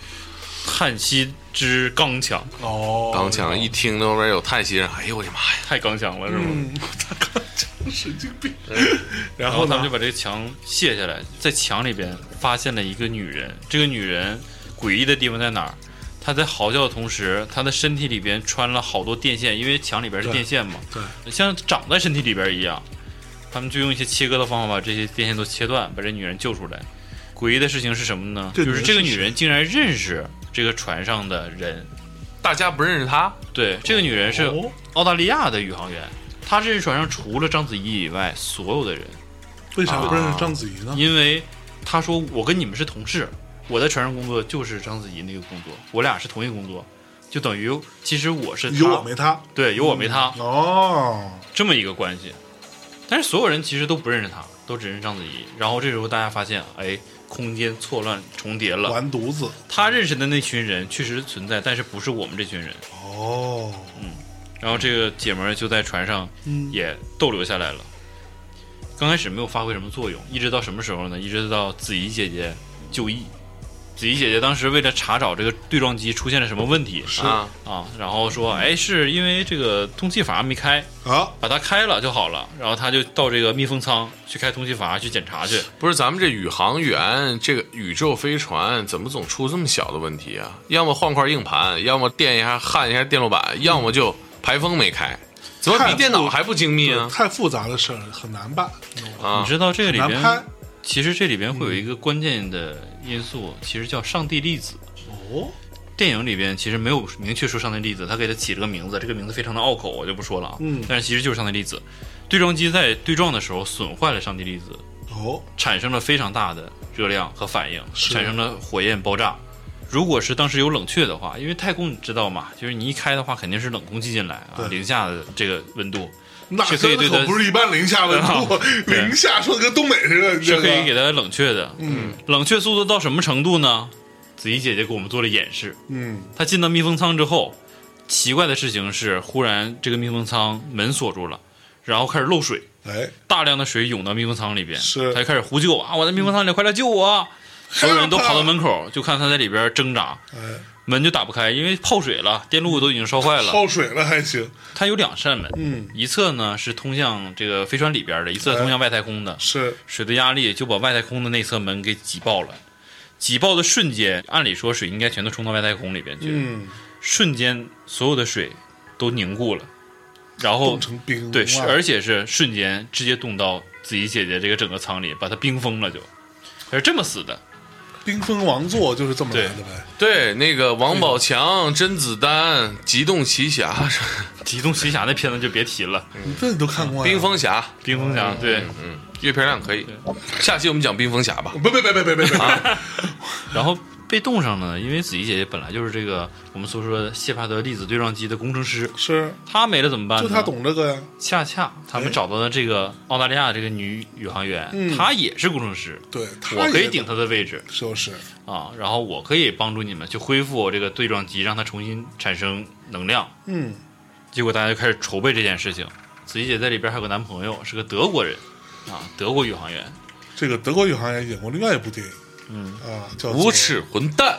叹息之刚强，哦，刚强一听那边有叹息声，哎呦我的妈呀！太刚强了，是吗？嗯， 他刚强神经病。然后他们就把这个墙卸下来，在墙里边发现了一个女人。这个女人诡异的地方在哪儿？她在嚎叫的同时，她的身体里边穿了好多电线，因为墙里边是电线嘛，对，像长在身体里边一样。他们就用一些切割的方法把这些电线都切断，把这女人救出来。诡异的事情是什么呢？这就女人是这个是女谁人竟然认识这个船上的人。大家不认识他，对，这个女人是哦澳大利亚的宇航员，她认识船上除了章子怡以外所有的人。为啥不认识章子怡呢？啊因为他说我跟你们是同事，我在船上工作就是章子怡那个工作，我俩是同一个工作，就等于其实我是他有我没嗯他对有我没他、哦，这么一个关系。但是所有人其实都不认识他，都只认识章子怡。然后这时候大家发现，哎，空间错乱重叠了。完犊子他认识的那群人确实存在，但是不是我们这群人。哦，然后这个姐们儿就在船上嗯也逗留下来了。刚开始没有发挥什么作用，一直到什么时候呢？一直到子怡姐姐就义。子怡姐姐当时为了查找这个对撞机出现了什么问题啊，啊，然后说，嗯哎，是因为这个通气阀没开，啊，把它开了就好了。然后她就到这个密封舱去开通气阀去检查去。不是咱们这宇航员，这个宇宙飞船怎么总出这么小的问题啊？要么换块硬盘，要么电一下焊一下电路板，要么就排风没开，怎么比电脑还不精 密啊？太复杂的事儿很难办，你懂吗啊你，知道这个里难拍嗯边，其实这里边会有一个关键的因素，其实叫上帝粒子。哦，电影里边其实没有明确说上帝粒子，他给他起了个名字，这个名字非常的拗口，我就不说了啊。嗯但是其实就是上帝粒子，对撞机在对撞的时候损坏了上帝粒子，哦，产生了非常大的热量和反应，产生了火焰爆炸。如果是当时有冷却的话，因为太空你知道嘛，就是你一开的话肯定是冷空气进来啊，零下的这个温度那是可以真对的它啊可不是一般零下温度，对 零下说的跟东北似的，是这可以个给它冷却的。嗯，冷却速度到什么程度呢？子怡姐姐给我们做了演示，嗯他进到密封舱之后，奇怪的事情是，忽然这个密封舱门锁住了，然后开始漏水，哎，大量的水涌到密封舱里边，是他就开始呼救啊！我在密封舱里，快来救我！所有人都害怕跑到门口，就看他在里边挣扎，哎，门就打不开，因为泡水了，电路都已经烧坏了。泡水了还行，它有两扇门，嗯，一侧呢是通向这个飞船里边的，一侧通向外太空的。是水的压力就把外太空的那侧门给挤爆了，挤爆的瞬间，按理说水应该全都冲到外太空里边去，嗯，瞬间所有的水都凝固了，然后冻成冰哦对，是哇而且是瞬间直接冻到自己姐姐这个整个舱里，把她冰封了就，她是这么死 的。冰封王座就是这么来的呗，对，那个王宝强、甄子丹、机动奇侠、极冻奇侠那片子就别提了，嗯你这你都看过呀？啊冰封侠，嗯冰封哎侠对，嗯，阅片量可以。下期我们讲冰封侠吧。不，别别别别别别，啊然后被冻上了呢，因为子怡姐姐本来就是这个我们所说的谢帕德粒子对撞机的工程师， 是她没了怎么办呢？就他懂这个呀，恰恰他们找到了这个澳大利亚的这个女宇航员，嗯她也是工程师，对，他我可以也顶，她的位置就是啊，然后我可以帮助你们去恢复这个对撞机，让它重新产生能量。嗯，结果大家就开始筹备这件事情。子怡姐在里边还有个男朋友，是个德国人啊，德国宇航员。这个德国宇航员演过另外一部电影，嗯啊，叫做无耻混蛋，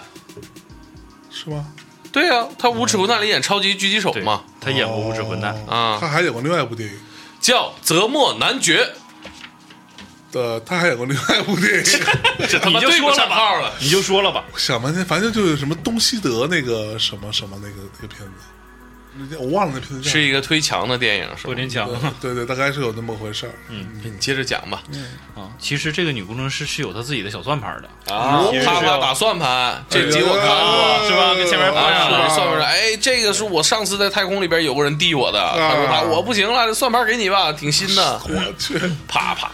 是吗？对啊，他无耻混蛋里演超级狙击手对嘛，他演过《无耻混蛋》啊哦他还演过另外一部电影，叫泽莫男爵。呃，他还演过另外一部 电影，这他妈你就对说不了上吧号了。你就说了吧，我想半天，反正就是什么东西德那个什么什么那个那个片子，人家我忘了那片子叫是一个推墙的电影，是郭吧？林强什么，对对，大概是有那么回事儿。你接着讲吧。啊。其实这个女工程师是有她自己的小算盘的，啊其实，是啪啪要哎打算盘，哎这集我看过。是吧跟前面啊，换是吧了算盘说，哎，这个是我上次在太空里边有个人递我的，他说啊，我不行了，这算盘给你吧，挺新的，哎我去，啪啪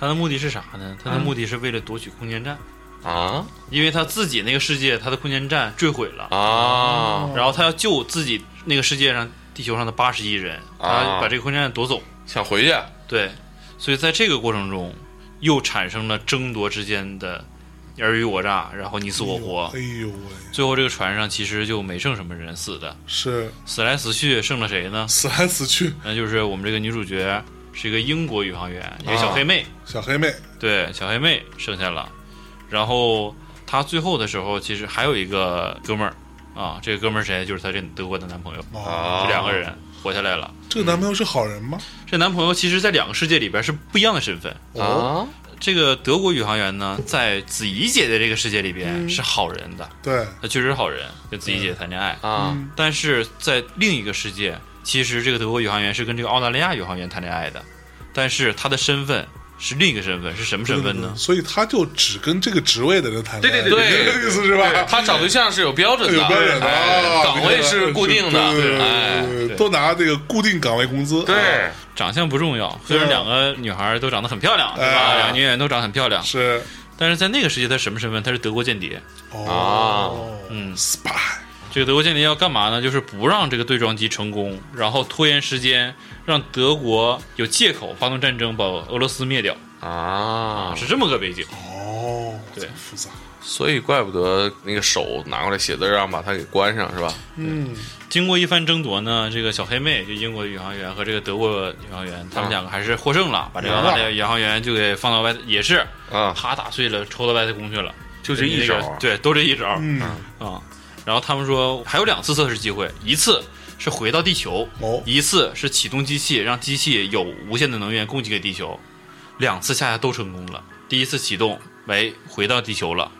她的目的是啥呢？她的目的是为了夺取空间站，啊因为她自己那个世界，她的空间站坠毁了，啊！然后她要救自己那个世界上地球上的八十亿人，啊她把这个空间站夺走。想回去，对，所以在这个过程中，又产生了争夺之间的尔虞我诈，然后你死我活哎。呦喂，最后这个船上其实就没剩什么人死的，是死来死去剩了谁呢？死来死去，那就是我们这个女主角是一个英国宇航员，一个啊小黑妹，小黑妹，对，小黑妹剩下了。然后她最后的时候，其实还有一个哥们儿啊，这个哥们儿谁？就是她这德国的男朋友，哦就两个人活下来了。这个男朋友是好人吗？这男朋友其实，在两个世界里边是不一样的身份，哦，啊，这个德国宇航员呢，在子怡姐的这个世界里嗯边是好人的，对，他确实是好人，跟子怡姐谈恋爱。啊嗯但是在另一个世界，其实这个德国宇航员是跟这个澳大利亚宇航员谈恋爱的，但是他的身份是另一个身份，是什么身份呢？所以他就只跟这个职位的人谈恋爱，对对对对这个意思是吧？他找对象是有标准有的，标准的哎啊，岗位是固定的，对对对哎，对对都拿这个固定岗位工资，啊对，长相不重要，虽然对啊两个女孩都长得很漂亮，对哎吧？两个女演员都长得很漂亮，是但是在那个世界，他什么身份？他是德国间谍。啊哦，嗯，spy，这个德国间谍要干嘛呢？就是不让这个对撞机成功，然后拖延时间，让德国有借口发动战争，把俄罗斯灭掉，啊，是这么个背景。哦，对这么复杂，所以怪不得那个手拿过来写字儿，让把它给关上，是吧？嗯，经过一番争夺呢，这个小黑妹，就英国宇航员和这个德国宇航员，嗯他们两个还是获胜了，把这个澳大利亚宇航员就给放到外，也是啊，啪打碎了，抽到外太空去了。就这一招那个对，都这一招啊、嗯，然后他们说还有两次测试机会，一次是回到地球，哦，一次是启动机器，让机器有无限的能源供给给地球，两次下来都成功了。第一次启动，喂，回到地球了，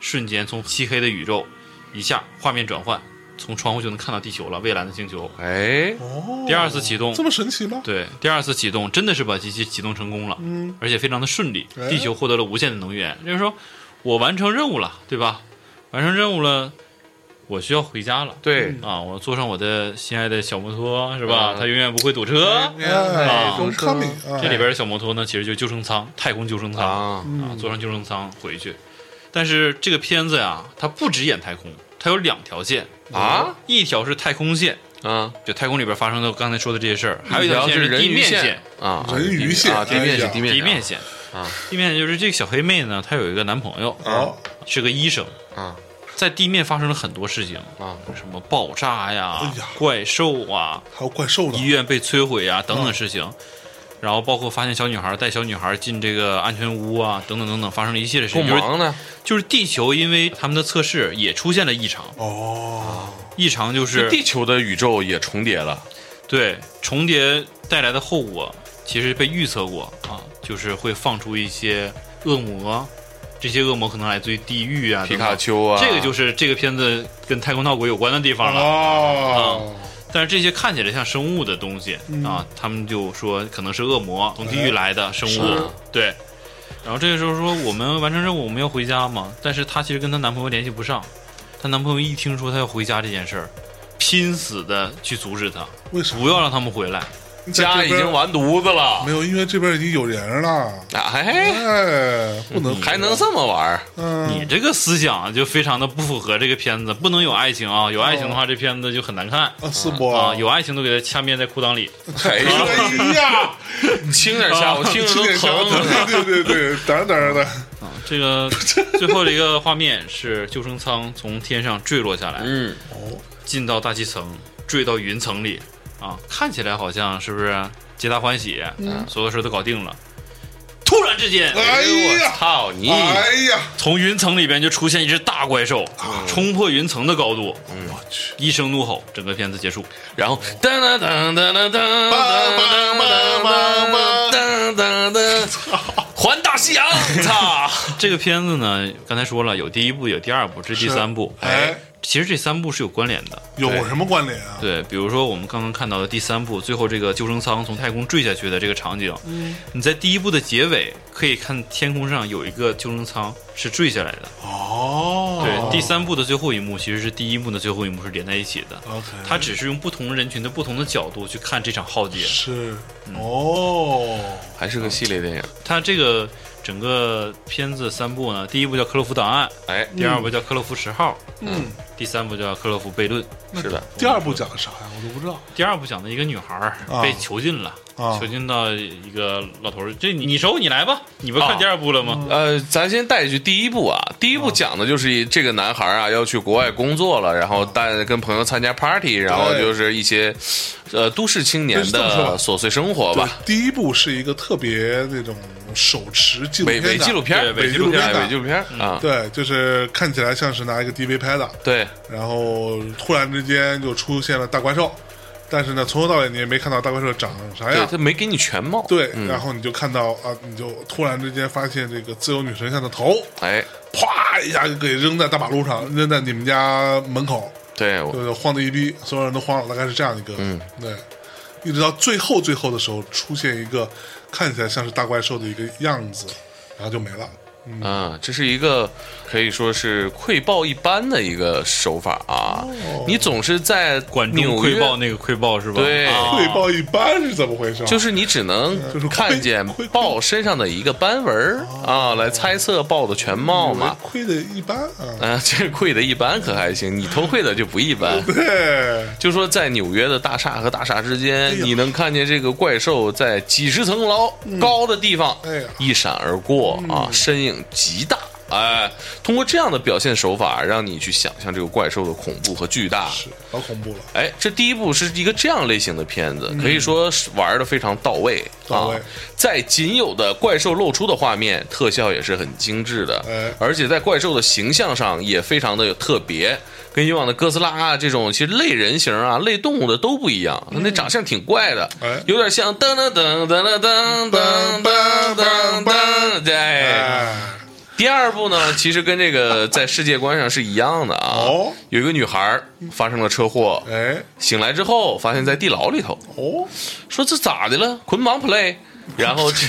瞬间从漆黑的宇宙一下画面转换，从窗户就能看到地球了，蔚蓝的星球。哎，哦，第二次启动这么神奇吗？对，第二次启动真的是把机器启动成功了，嗯，而且非常的顺利哎，地球获得了无限的能源。就是说我完成任务了，对吧？完成任务了，我需要回家了。对，啊，我坐上我的心爱的小摩托，是吧？嗯它永远不会堵车。哎啊，Don't come in，啊这里边的小摩托呢，其实就是救生舱，太空救生舱啊啊，坐上救生舱回去。但是这个片子呀，它不只演太空，它有两条线，啊一条是太空线，啊，就太空里边发生的刚才说的这些事儿，还有一一条是是人地鱼面线线，啊，人鱼线啊，地面哎呀线，地面地线面线啊，地面线就是这个小黑妹呢，她有一个男朋友，哦，是个医生，啊在地面发生了很多事情，啊什么爆炸呀、哎呀怪兽啊、还有哎怪兽呢医，院被摧毁啊等等事情，然后包括发现小女孩带小女孩进这个安全屋啊等等等等，发生了一系列事够情，就是忙呢，就是地球因为他们的测试也出现了异常，哦，异常就这是地球的宇宙也重叠了，对重叠带来的后果，其实被预测过啊，就是会放出一些恶魔，这些恶魔可能来自于地狱啊，皮等等卡丘啊，这个就是这个片子跟太空闹鬼有关的地方了。哦，但是这些看起来像生物的东西、啊，他们就说可能是恶魔，从地狱来的生物。是对。然后这个时候说我们完成任务，我们要回家嘛。但是她其实跟她男朋友联系不上，她男朋友一听说她要回家这件事儿，拼死的去阻止她，为啥？不要让他们回来。嗯家在这已边经完犊子了没，有，因为这边已经有人了，哎，哎，不能还能这么玩儿？嗯，你这个思想就非常的不符合这个片子，不能有爱情啊！有爱情的话，这片子就很难看啊，是不啊！有爱情都给它掐灭在裤裆里。哎呦，哎呀，轻点下，我听着吃 点香都疼。对对对，当当的，这个最后的一个画面是救生舱从天上坠落下来，嗯，进到大气层，坠到云层里啊，看起来好像是不是皆大欢喜，所有事都搞定了。突然之间，嗯哎我呀，操你！哎呀，从云层里边就出现一只大怪兽，冲破云层的高度，我去，一声怒吼，整个片子结束。然后噔噔噔噔噔噔噔噔噔噔噔噔噔，环大西洋，操！这个片子呢，刚才说了有第一部，有第二部，这是第三部。哎，其实这三部是有关联的。有什么关联啊？对，比如说我们刚刚看到的第三部，最后这个救生舱从太空坠下去的这个场景，嗯，你在第一部的结尾可以看天空上有一个救生舱是坠下来的。哦，对，第三部的最后一幕其实是第一幕的最后一幕是连在一起的， ，OK，它只是用不同人群的不同的角度去看这场浩劫。是哦，还是个系列电影，它这个整个片子三部呢，第一部叫《克洛夫档案哎，》，第二部叫《克洛夫十号》，嗯，第三部叫《克洛夫悖论》。是的，第二部讲的啥呀？我都不知道。第二部讲的一个女孩儿啊被囚禁了，啊囚禁到一个老头儿，这你你手你来吧，你不是看第二部了吗？呃，咱先带一句，第一部啊，第一部讲的就是这个男孩啊要去国外工作了，然后带跟朋友参加 party，然后就是一些，呃，都市青年的琐碎生活吧，对，第一部是一个特别那种手持纪录伪片伪纪录的，片，对伪纪录片伪纪录片啊，对，就是看起来像是拿一个 DV 拍的，对，然后突然之间就出现了大怪兽，但是呢，从头到尾你也没看到大怪兽长啥对嗯样。他没给你全貌，哎对，然后你就看到啊，你就突然之间发现这个自由女神像的头，哎，啪一下就给扔在大马路上，扔在你们家门口，对，我就是慌的一逼，所有人都慌了，大概是这样一个，嗯，对，一直到最后最后的时候，出现一个看起来像是大怪兽的一个样子，然后就没了。嗯，这是一个可以说是窥豹一般的一个手法啊。哦你总是在管仲纽约窥豹，那个窥豹是吧？对啊汇报一般是怎么回事？就是是你只能就是窥看见窥豹身上的一个斑纹儿啊，哦来猜测豹的全貌嘛。亏的一般 啊，啊，这窥的一般可还行，你偷窥的就不一般。对，就说在纽约的大厦和大厦之间，哎呀你能看见这个怪兽在几十层楼高的地方哎呀嗯一闪而过啊，身影极大。哎，通过这样的表现手法，让你去想象这个怪兽的恐怖和巨大。是老恐怖了。啊哎，这第一部是一个这样类型的片子，可以说是玩的非常到位。嗯到位啊，在仅有的怪兽露出的画面，特效也是很精致的，哎而且在怪兽的形象上也非常的有特别，跟以往的哥斯拉啊这种其实类人形啊、类动物的都不一样，它那长相挺怪的，嗯哎有点像噔噔噔噔噔噔噔噔噔噔，对。哎，第二部呢，其实跟这个在世界观上是一样的啊。哦有一个女孩儿发生了车祸，哎，醒来之后发现在地牢里头，哦， 说这咋的了？捆绑 play，然后这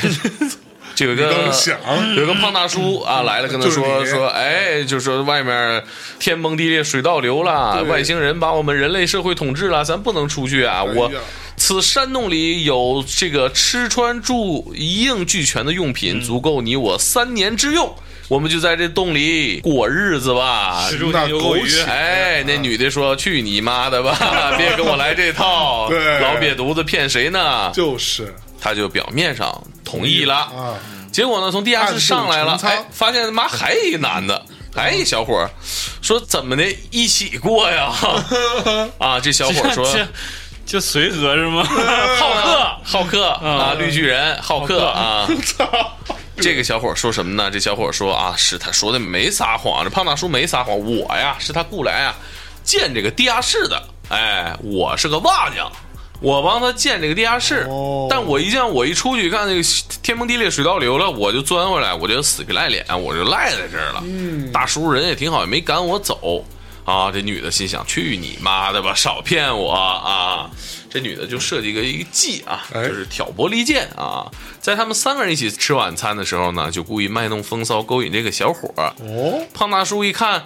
就有一你个倒是想嗯有一个胖大叔啊来了，跟他就说是你说，哎，就说外面天崩地裂，水倒流了，对哎外星人把我们人类社会统治了，咱不能出去啊！我呀此山洞里有这个吃穿住一应俱全的用嗯品，足够你我三年之用。我们就在这洞里过日子吧。吃住行游购那娱枸杞哎，那女的说：“去你妈的 吧，别跟我来这套，对老瘪犊子骗谁呢？”就是他就表面上同意了，啊， 结果呢，从地下室上来了暗，度陈仓哎，发现他妈还一男的，还一小伙儿，说怎么的，一起过 呀？啊，这小伙儿说。 这这随和 是吗？好客，好客啊，绿巨人，好客啊！这个小伙儿说什么呢？这小伙儿说啊，是他说的没撒谎，这胖大叔没撒谎，我呀是他雇来啊建这个地下室的，哎，我是个瓦匠。我帮他建这个地下室，哦但我一见我一出去看那个天崩地裂水倒流了，我就钻回来，我就死皮赖脸，我就赖在这儿了。大叔人也挺好，也没赶我走啊。这女的心想：去你妈的吧，少骗我啊！这女的就设计一个一个计啊，哎就是挑拨离间啊。在他们三个人一起吃晚餐的时候呢，就故意卖弄风骚，勾引这个小伙儿。哦，胖大叔一看，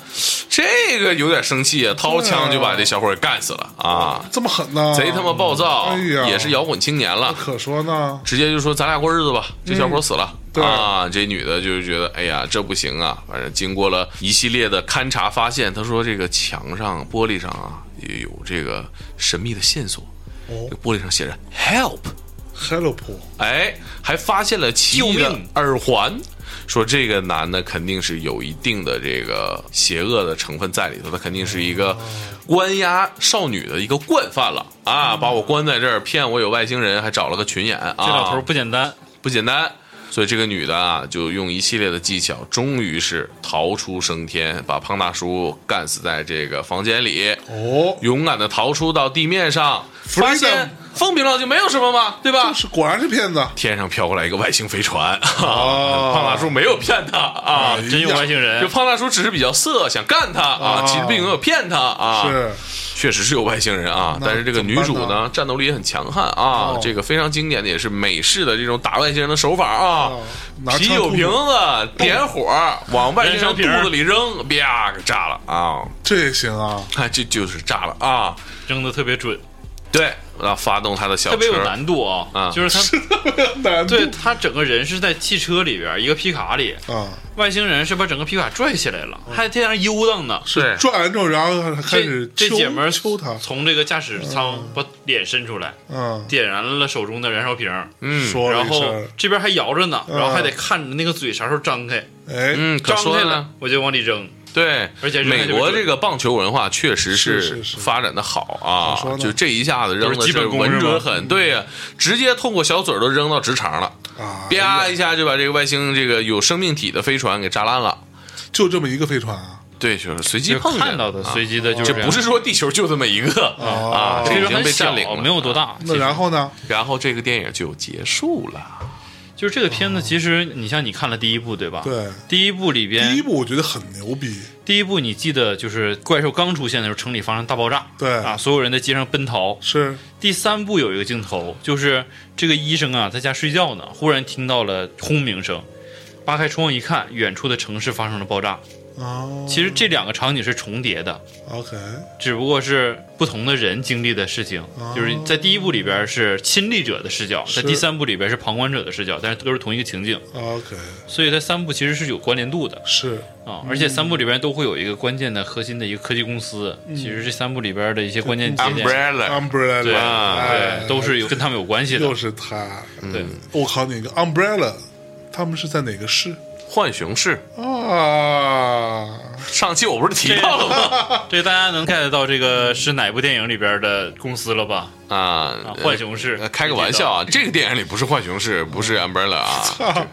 这个有点生气啊，掏枪就把这小伙儿干死了啊！这么狠呢，贼他妈暴躁，哎呀也是摇滚青年了。可说呢，直接就说咱俩过日子吧，这小嗯伙死了、对啊！这女的就是觉得，哎呀，这不行啊！反正经过了一系列的勘察，发现她说这个墙上、玻璃上啊，也有这个神秘的线索。哦这玻璃上写着 “help”， ，hello 婆，哎，还发现了奇异救的命耳环。说这个男的肯定是有一定的这个邪恶的成分在里头，他肯定是一哦个关押少女的一个惯犯了啊！把我关在这儿，骗我有外星人，还找了个群演啊！ 嗯这老头不简单，不简单。所以这个女的啊，就用一系列的技巧，终于是逃出升天，把胖大叔干死在这个房间里，哦，勇敢的逃出到地面上，发现风平浪静，没有什么嘛，对吧？是果然是骗子，天上飘过来一个外星飞船，啊 哦哎胖大叔没有骗他啊，真有外星人就。胖大叔只是比较色，想干他啊，哦其实并没有骗他啊，是确实是有外星人啊，那但是这个女主怎么办呢，战斗力也很强悍啊，哦这个非常经典的也是美式的这种打外星人的手法啊哦，拿啤枪酒吐瓶子点火往外星人燃烧瓶儿肚子里扔，啪给炸了啊，这也行啊， 哎，这就是炸了啊，扔的特别准，对，然后发动他的小特别有车，难度啊！啊就是他，难度对他整个人是在汽车里边，一个皮卡里，啊，外星人是把整个皮卡拽起来了，还在那儿悠荡呢。对，转完之后，然后还哦开这始这揪姐们儿揪他，从这个驾驶舱把脸伸出来，嗯，点燃了手中的燃烧瓶，嗯说了然一后声，这边还摇着呢，然后嗯还得看着那个嘴啥时候张开，哎，嗯，可张说开呢了。我就往里扔。对，而且人还美特别国准这个棒球文化确实是是是发展的好咋说啊，呢就这一下子扔就的是基本功是稳吗准狠，对呀，直接通过小嘴儿都扔到直肠了。啊，哎啪一下就把这个外星这个有生命体的飞船给炸烂了。就这么一个飞船啊，对，就是随机就碰见看到的，啊随机的，就是这不是说地球就这么一个哦啊，这这已边经很被小占领，了，啊没有多。大。那然后呢？然后这个电影就结束了。就是这个片子，其实你像你看了第一部对吧？，对，第一部里边，第一部我觉得很牛逼，第一部你记得就是怪兽刚出现的时候，城里发生大爆炸，对啊，所有人在街上奔逃。是第三部有一个镜头，就是这个医生啊在家睡觉呢，忽然听到了轰鸣声，扒开窗一看，远处的城市发生了爆炸。哦，其实这两个场景是重叠的， OK，只不过是不同的人经历的事情。哦就是在第一部里边是亲历者的视角，在第三部里边是旁观者的视角，但是都是同一个情景， OK，所以在三部其实是有关联度的。是啊、而且三部里边都会有一个关键的核心的一个科技公司，嗯其实这三部里边的一些关键节点， Umbrella， Umbrella，对、啊哎对，都是有跟他们有关系的嗯又，是他，对，我考你一个 Umbrella，他们是在哪个市浣熊市。啊？上期我不是提到了吗？这大家能 get 到这个是哪部电影里边的公司了吧？啊啊，浣熊市呃开个玩笑啊，这个电影里不是浣熊市，不是 Umbrella 啊。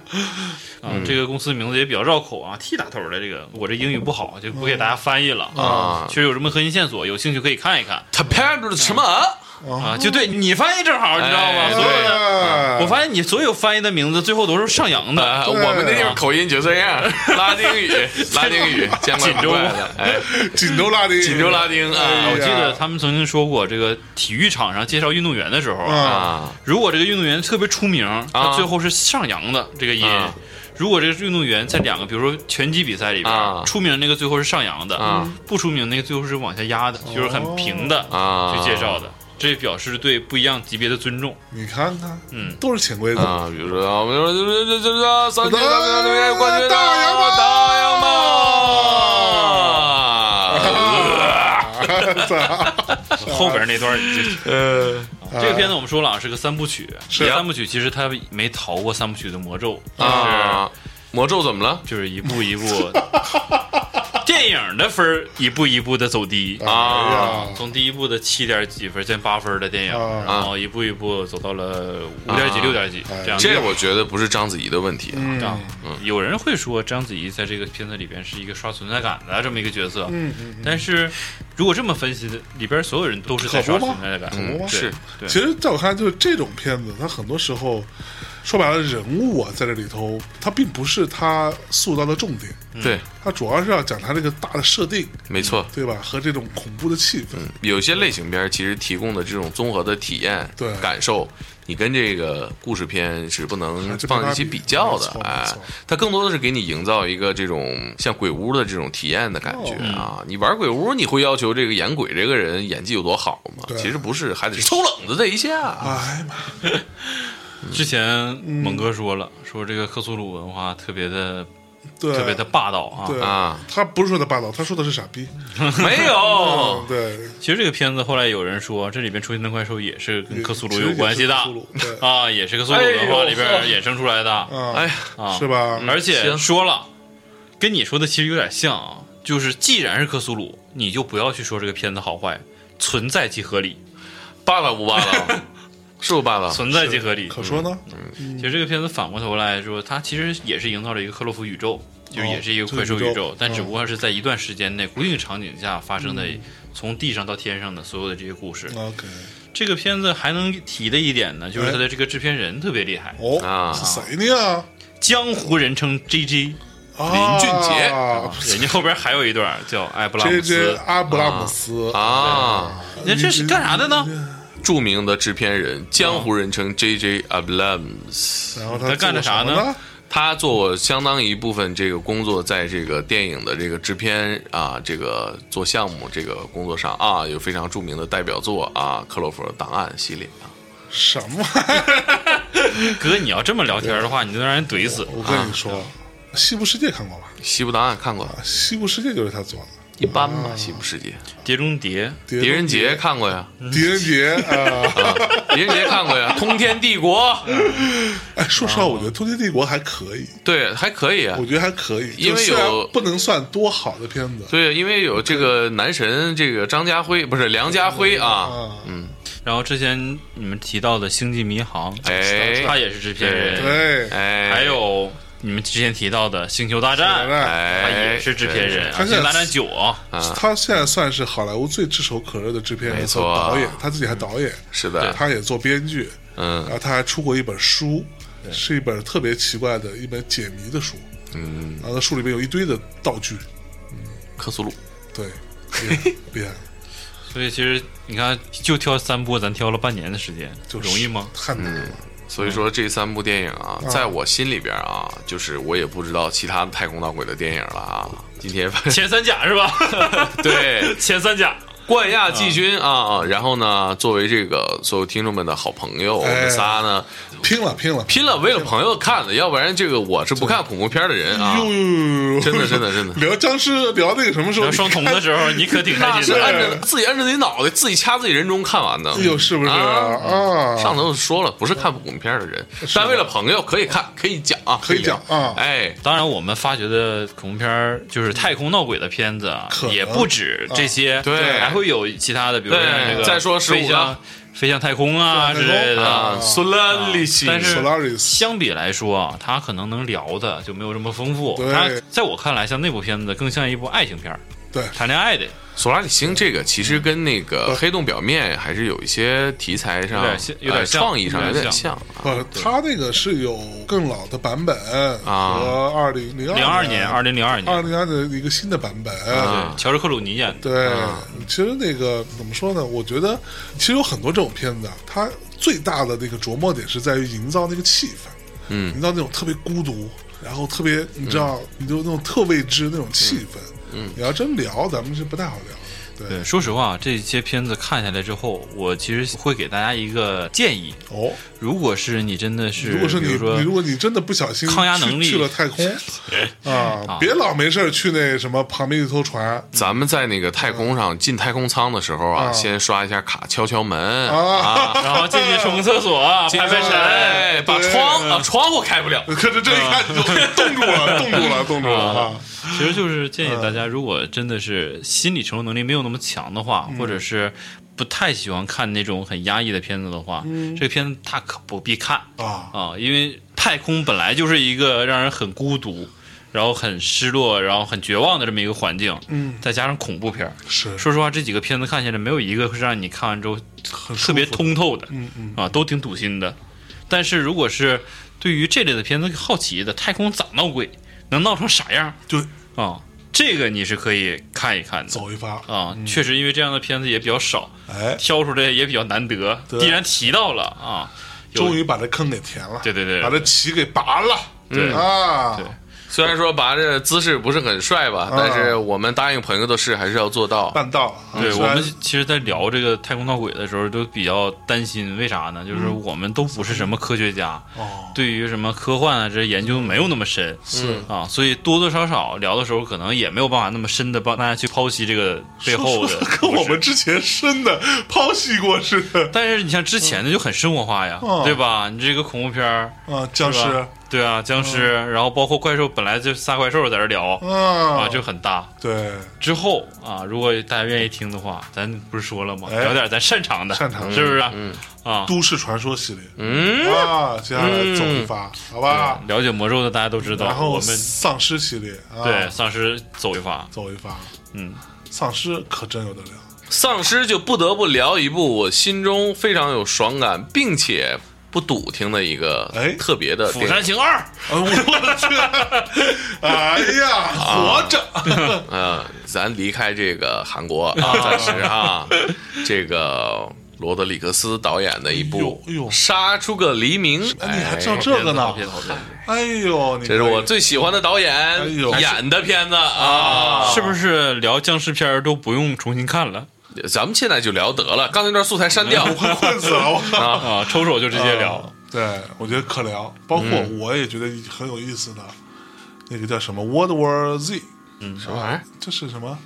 啊、嗯这个公司名字也比较绕口啊，T 打头的这个，我这英语不好，就不给大家翻译了啊其实有什么核心线索，有兴趣可以看一看。他拍着什么？啊，就对你翻译正好，你知道吗？哦哎所有的，对我发现你所有翻译的名字最后都是上扬的，啊呃，我们那地方口音就这样，拉丁语，拉丁语，见怪不怪了。哎，锦州拉丁，锦州拉丁我啊记得他们曾经说过，这个体育场上介绍运动员的时候啊，啊，啊，如果这个运动员特别出名，他最后是上扬的这个音啊。如果这个运动员在两个，比如说拳击比赛里啊边出名那个最后是上扬的啊，不出名那个最后是往下压的，就是很平的啊去介绍的。这表示对不一样级别的尊重。你看看，嗯，都是潜规则。啊，比如说，我们说这这这这三届大奖里面冠军的大洋猫，后边那段就呃，这个片子我们说了啊，是个三部曲，是三部曲，其实它没逃过三部曲的魔咒，啊，魔咒怎么了？就是一步一步，电影的分儿一步一步的走低哎呀，从第一部的七点几分，见八分的电影，啊然后一步一步走到了五点几、啊六点几哎这样。这我觉得不是章子怡的问题啊，啊嗯，有人会说章子怡在这个片子里边是一个刷存在感的这么一个角色，嗯嗯，但是如果这么分析，里边所有人都是在刷可不吗存在感，可不吗对是对其实在我看来，就是这种片子，它很多时候说白了，人物啊，在这里头，它并不是它塑造的重点，嗯对，它主要是要讲它这个大的设定，没错。对吧？和这种恐怖的气氛，有些类型片儿其实提供的这种综合的体验、对感受，你跟这个故事片是不能还真没放在法一起比比较的没错。哎没错，它更多的是给你营造一个这种像鬼屋的这种体验的感觉哦啊。嗯你玩鬼屋，你会要求这个演鬼这个人演技有多好吗？对其实不是，还得是抽冷子这一嗯下。哎呀妈，之前嗯猛哥说了，说这个克苏鲁文化特别的对，特别的霸道啊。对啊他不是说他霸道，他说的是傻逼。嗯没有，哦对，其实这个片子后来有人说，这里边出现的怪兽也是跟克苏鲁有关系的其实也是克苏鲁对啊，也是克苏鲁文化里边哎呦呵衍生出来的啊，哎呀，啊，是？吧？而且行说了，跟你说的其实有点像啊，就是既然是克苏鲁，你就不要去说这个片子好坏，存在即合理，霸道不霸 道？是不霸道？存在即合理。啊嗯可说呢，其实这个片子反过头来说，它其实也是营造了一个克洛夫宇宙，就是也是一个怪兽这个宇哦宇宙宙，但只嗯不过是在一段时间内固定场景下发生的，从地上到天上的所有的这些故事。嗯 OK，这个片子还能提的一点呢，就是哎它的这个制片人特别厉害，哦，啊是谁呢？江湖人称 J J，啊俊杰人家后边还有一段叫埃布拉，J 姆 J 斯，阿布拉姆斯，啊，那这是干啥的呢？著名的制片人，嗯江湖人称 J.J. Abrams。然后他他干了做啥什么呢呢？他做相当一部分这个工作，在这个电影的这个制片啊，这个做项目这个工作上啊，有非常著名的代表作啊，《克洛弗尔档案》系列啊。什么玩意儿？哥，你要这么聊天的话，你就让人怼 死。我跟你说，啊西部世界看过吧？西部档案看过，西部世界就是他做的，一般吧，西部世界》碟中谍， 《狄仁杰》嗯看过呀，狄仁杰 啊！ 《狄仁杰》看过呀， 《通天帝国》哎，说啊实话，我觉得《通天帝国》还可以，对，还可以啊我。觉得还可以，因为就虽然有不能算多好的片子对，因为有这个男神，这个张家辉不是梁家辉啊，啊，然后之前你们提到的《星际迷航》，他哎也是制片人，对，哎，还有你们之前提到的《星球大战》，哎他哎也是制片人，啊，他《现星在球大战九》啊，他现在算是好莱坞最炙手可热的制片没人错和导演，他自己还导演，是的，他也做编剧，嗯然后他还出过一本书，是一本特别奇怪的一本解谜的书，嗯，然后那书里面有一堆的道具，克苏鲁。嗯对，厉害厉害，所以其实你看，就挑三部，咱挑了半年的时间，就是容易 吗？太难了，所以说这三部电影啊，嗯在我心里边啊，就是我也不知道其他的太空闹鬼的电影了啊。嗯今天 前三甲是吧？对 前三甲，冠亚季军嗯啊，然后呢，作为这个所有听众们的好朋友，我哎们仨呢拼了拼了，拼了，为了朋友看的，要不然这个我是不看恐怖片的人啊哎呦，呦呦，真的真的真的 。聊僵尸聊那个什么时然候后双瞳的时候，你可挺那哎开 是心啊的按。着自己按着自己脑袋，自己掐自己人中看完的。哎呦，是不是啊啊？上头说了，不是看恐怖片的人，但为了朋友可以看，可以讲啊，可以讲聊啊哎，当然，我们发掘的恐怖片儿就是太空闹鬼的片子啊可，能也不止这些，对还会有其他的，比如像对这个再说15飞向个飞向太空啊之飞向太空类的啊。苏兰利奇，但是 Solaris 相比来说啊，它可能能聊的就没有这么丰富。对它在我看来，像那部片子更像一部爱情片儿，对谈恋爱的索拉里星这个其实跟那个嗯黑洞表面还是有一些题材上有点像有点呃像创意上有有点点像啊。不，它呃那个是有更老的版本啊和二零零零二年，二二零零二年，零零二年的一个新的版本。啊乔治克鲁尼演的，对，其实那个怎么说呢？我觉得其实有很多这种片子，啊，它最大的那个琢磨点是在于营造那个气氛，嗯营造那种特别孤独，然后特别你知道，你就那种特未知那种气氛。嗯，你要真聊，咱们是不太好聊的。对，对，说实话，这些片子看下来之后，我其实会给大家一个建议：哦，如果是你真的是，如果是比你，如说你如果你真的不小心抗压能力去去了 太空啊，别老没事儿去那什么旁边一艘船，咱们在那个太空嗯上进太空舱的时候啊，啊先刷一下卡，敲敲门啊啊，然后进去冲个厕所，啊拍拍神，哎，把窗啊窗户开不了， 可是这一看你就啊冻住了，冻住了，冻住了啊！其实就是建议大家，如果真的是心理承受能力没有那么强的话，或者是不太喜欢看那种很压抑的片子的话，这个片子大可不必看啊因为太空本来就是一个让人很孤独。然后很失落，然后很绝望的这么一个环境，嗯，再加上恐怖片儿，是说实话，这几个片子看下来，没有一个会让你看完之后特别通透的，嗯嗯，啊，都挺堵心的。但是如果是对于这类的片子好奇的，太空咋闹鬼，能闹成啥样就啊？这个你是可以看一看的走嗯一发，啊。确实，因为这样的片子也比较少，哎，挑出来也比较难得。对既然提到了啊，有终于把这坑给填了，对对对把这棋给拔了，对啊，对虽然说拔这姿势不是很帅吧，但是我们答应朋友的事还是要做到。办到了啊。对虽我然们其实，在聊这个太空闹鬼的时候，都比较担心，为啥呢？就是我们都不是什么科学家，嗯哦对于什么科幻啊这些研究没有那么深，是啊，所以多多少少聊的时候，可能也没有办法那么深的帮大家去剖析这个背后的 说跟故我事们之前深的剖析过似的但是你像之前的就很生活化呀，嗯对吧？你这个恐怖片儿，啊，僵是尸嗯吧，对啊，僵尸，然后包括怪兽，本来就仨怪兽在这聊啊啊，就很大。对，之后啊，如果大家愿意听的话，咱不是说了吗？哎聊点咱擅长的，擅长的是不是？嗯啊，都市传说系列嗯，啊，接下来走一发，好吧？了解魔咒的大家都嗯知道，嗯然后我们丧尸系列啊，对，丧尸走一发，走一发，嗯，丧尸可真有的聊。啊丧尸就不得不聊一部我心中非常有爽感，并且不笃听的一个哎特别《的釜电影。山行二》啊，我的天！ 哎呀，啊活着嗯，咱离开这个韩国啊，暂时啊，这个罗德里克斯导演的一部哎呦哎呦《杀出个黎明》，哎你还知道哎这个呢好？片子好片子哎呦，你这是我最喜欢的导演呦演的片子啊！是不是聊僵尸片儿都不用重新看了咱们现在就聊得了，刚才那段素材删掉。快困死了，我靠！ 啊？抽手就直接聊。啊对，我觉得可聊，包括嗯我也觉得很有意思的，那个叫什么《World War Z》，什么玩意这是什么？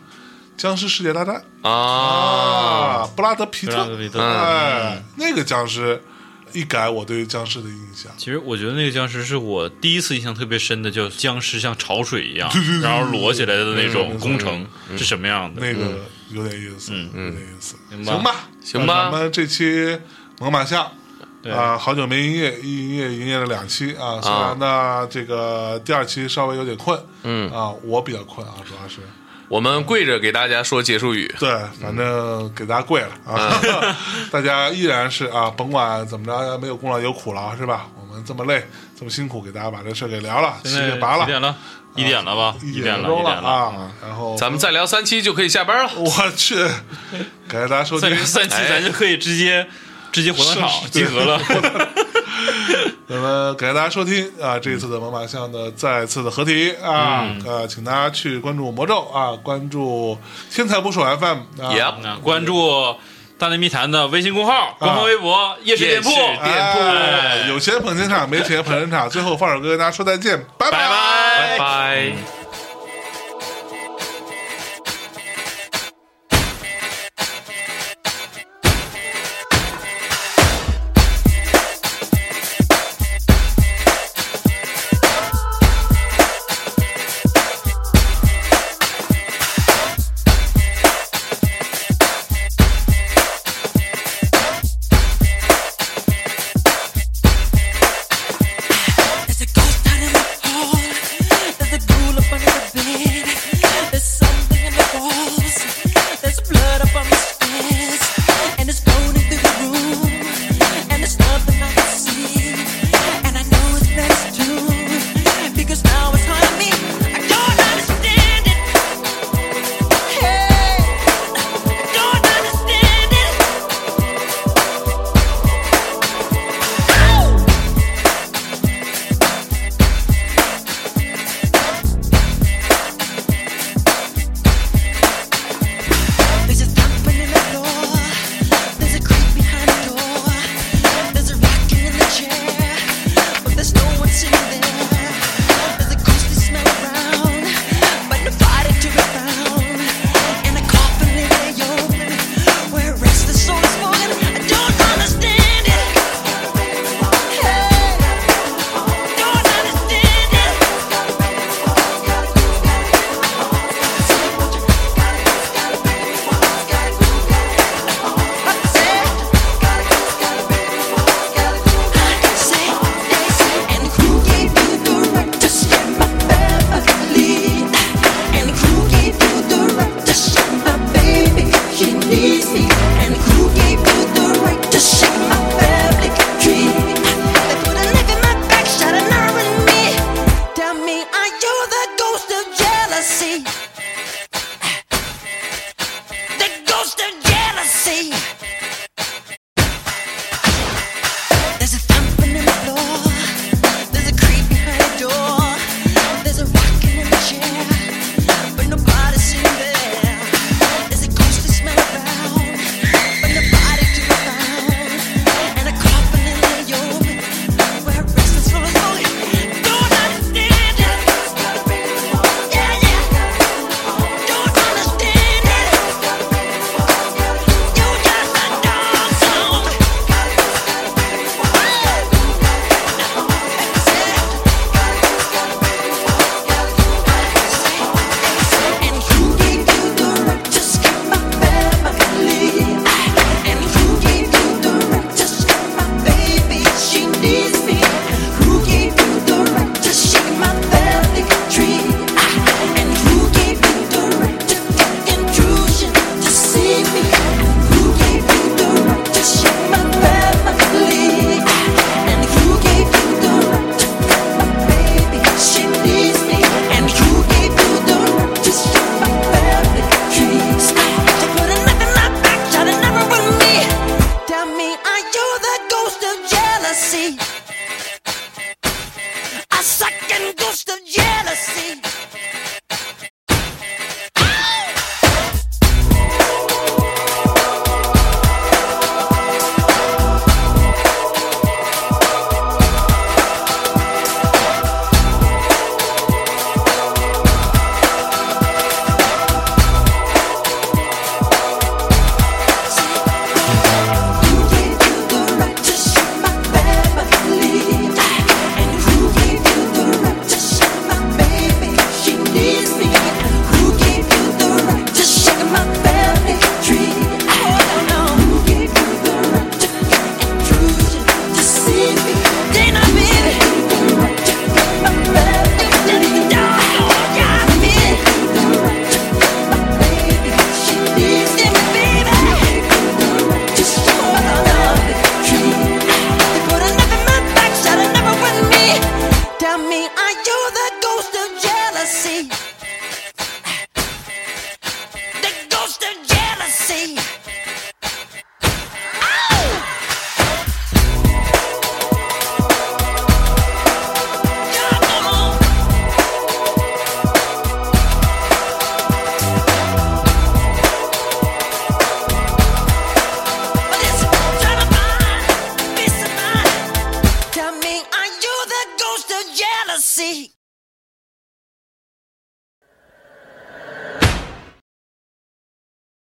僵尸世界大战儿啊？啊，布拉德皮布拉德皮特嗯特，哎，那个僵尸一改我对于僵尸的印象，其实我觉得那个僵尸是我第一次印象特别深的，叫僵尸像潮水一样，然后摞起来的那种工程是什么样的？嗯那个有点意思，有嗯点意思，明白行吧，嗯行吧那咱们这期猛犸象。对啊，好久没营业，一营业营业了两期啊，虽然呢这个第二期稍微有点困，嗯啊，我比较困啊，主要是我们跪着给大家说结束语。对，反正给大家跪了啊！嗯 大家依然是啊，甭管怎么着，没有功劳有苦劳是吧？我们这么累，这么辛苦，给大家把这事儿给聊了，现七在给拔几了，啊点了？一点了吧？一点点了，一钟点了。嗯啊！然后咱们再聊三期就可以下班了。我去，感谢大家收再听 聊。三期，哎咱就可以直接直接火葬是场是集合 了。那么感谢大家收听啊，这一次的猛犸象的再次的合体啊，呃，请大家去关注魔咒啊，关注天才捕手 FM 啊， Yep 啊关注大内密谈的微信公号、官方微博、夜市店铺。夜市店店铺、哎有钱捧钱场，没钱捧人场。最后放首歌跟大家说再见，拜拜拜拜拜。 There's a ghost down in the hall. There's a ghoul up on lost in jealousy.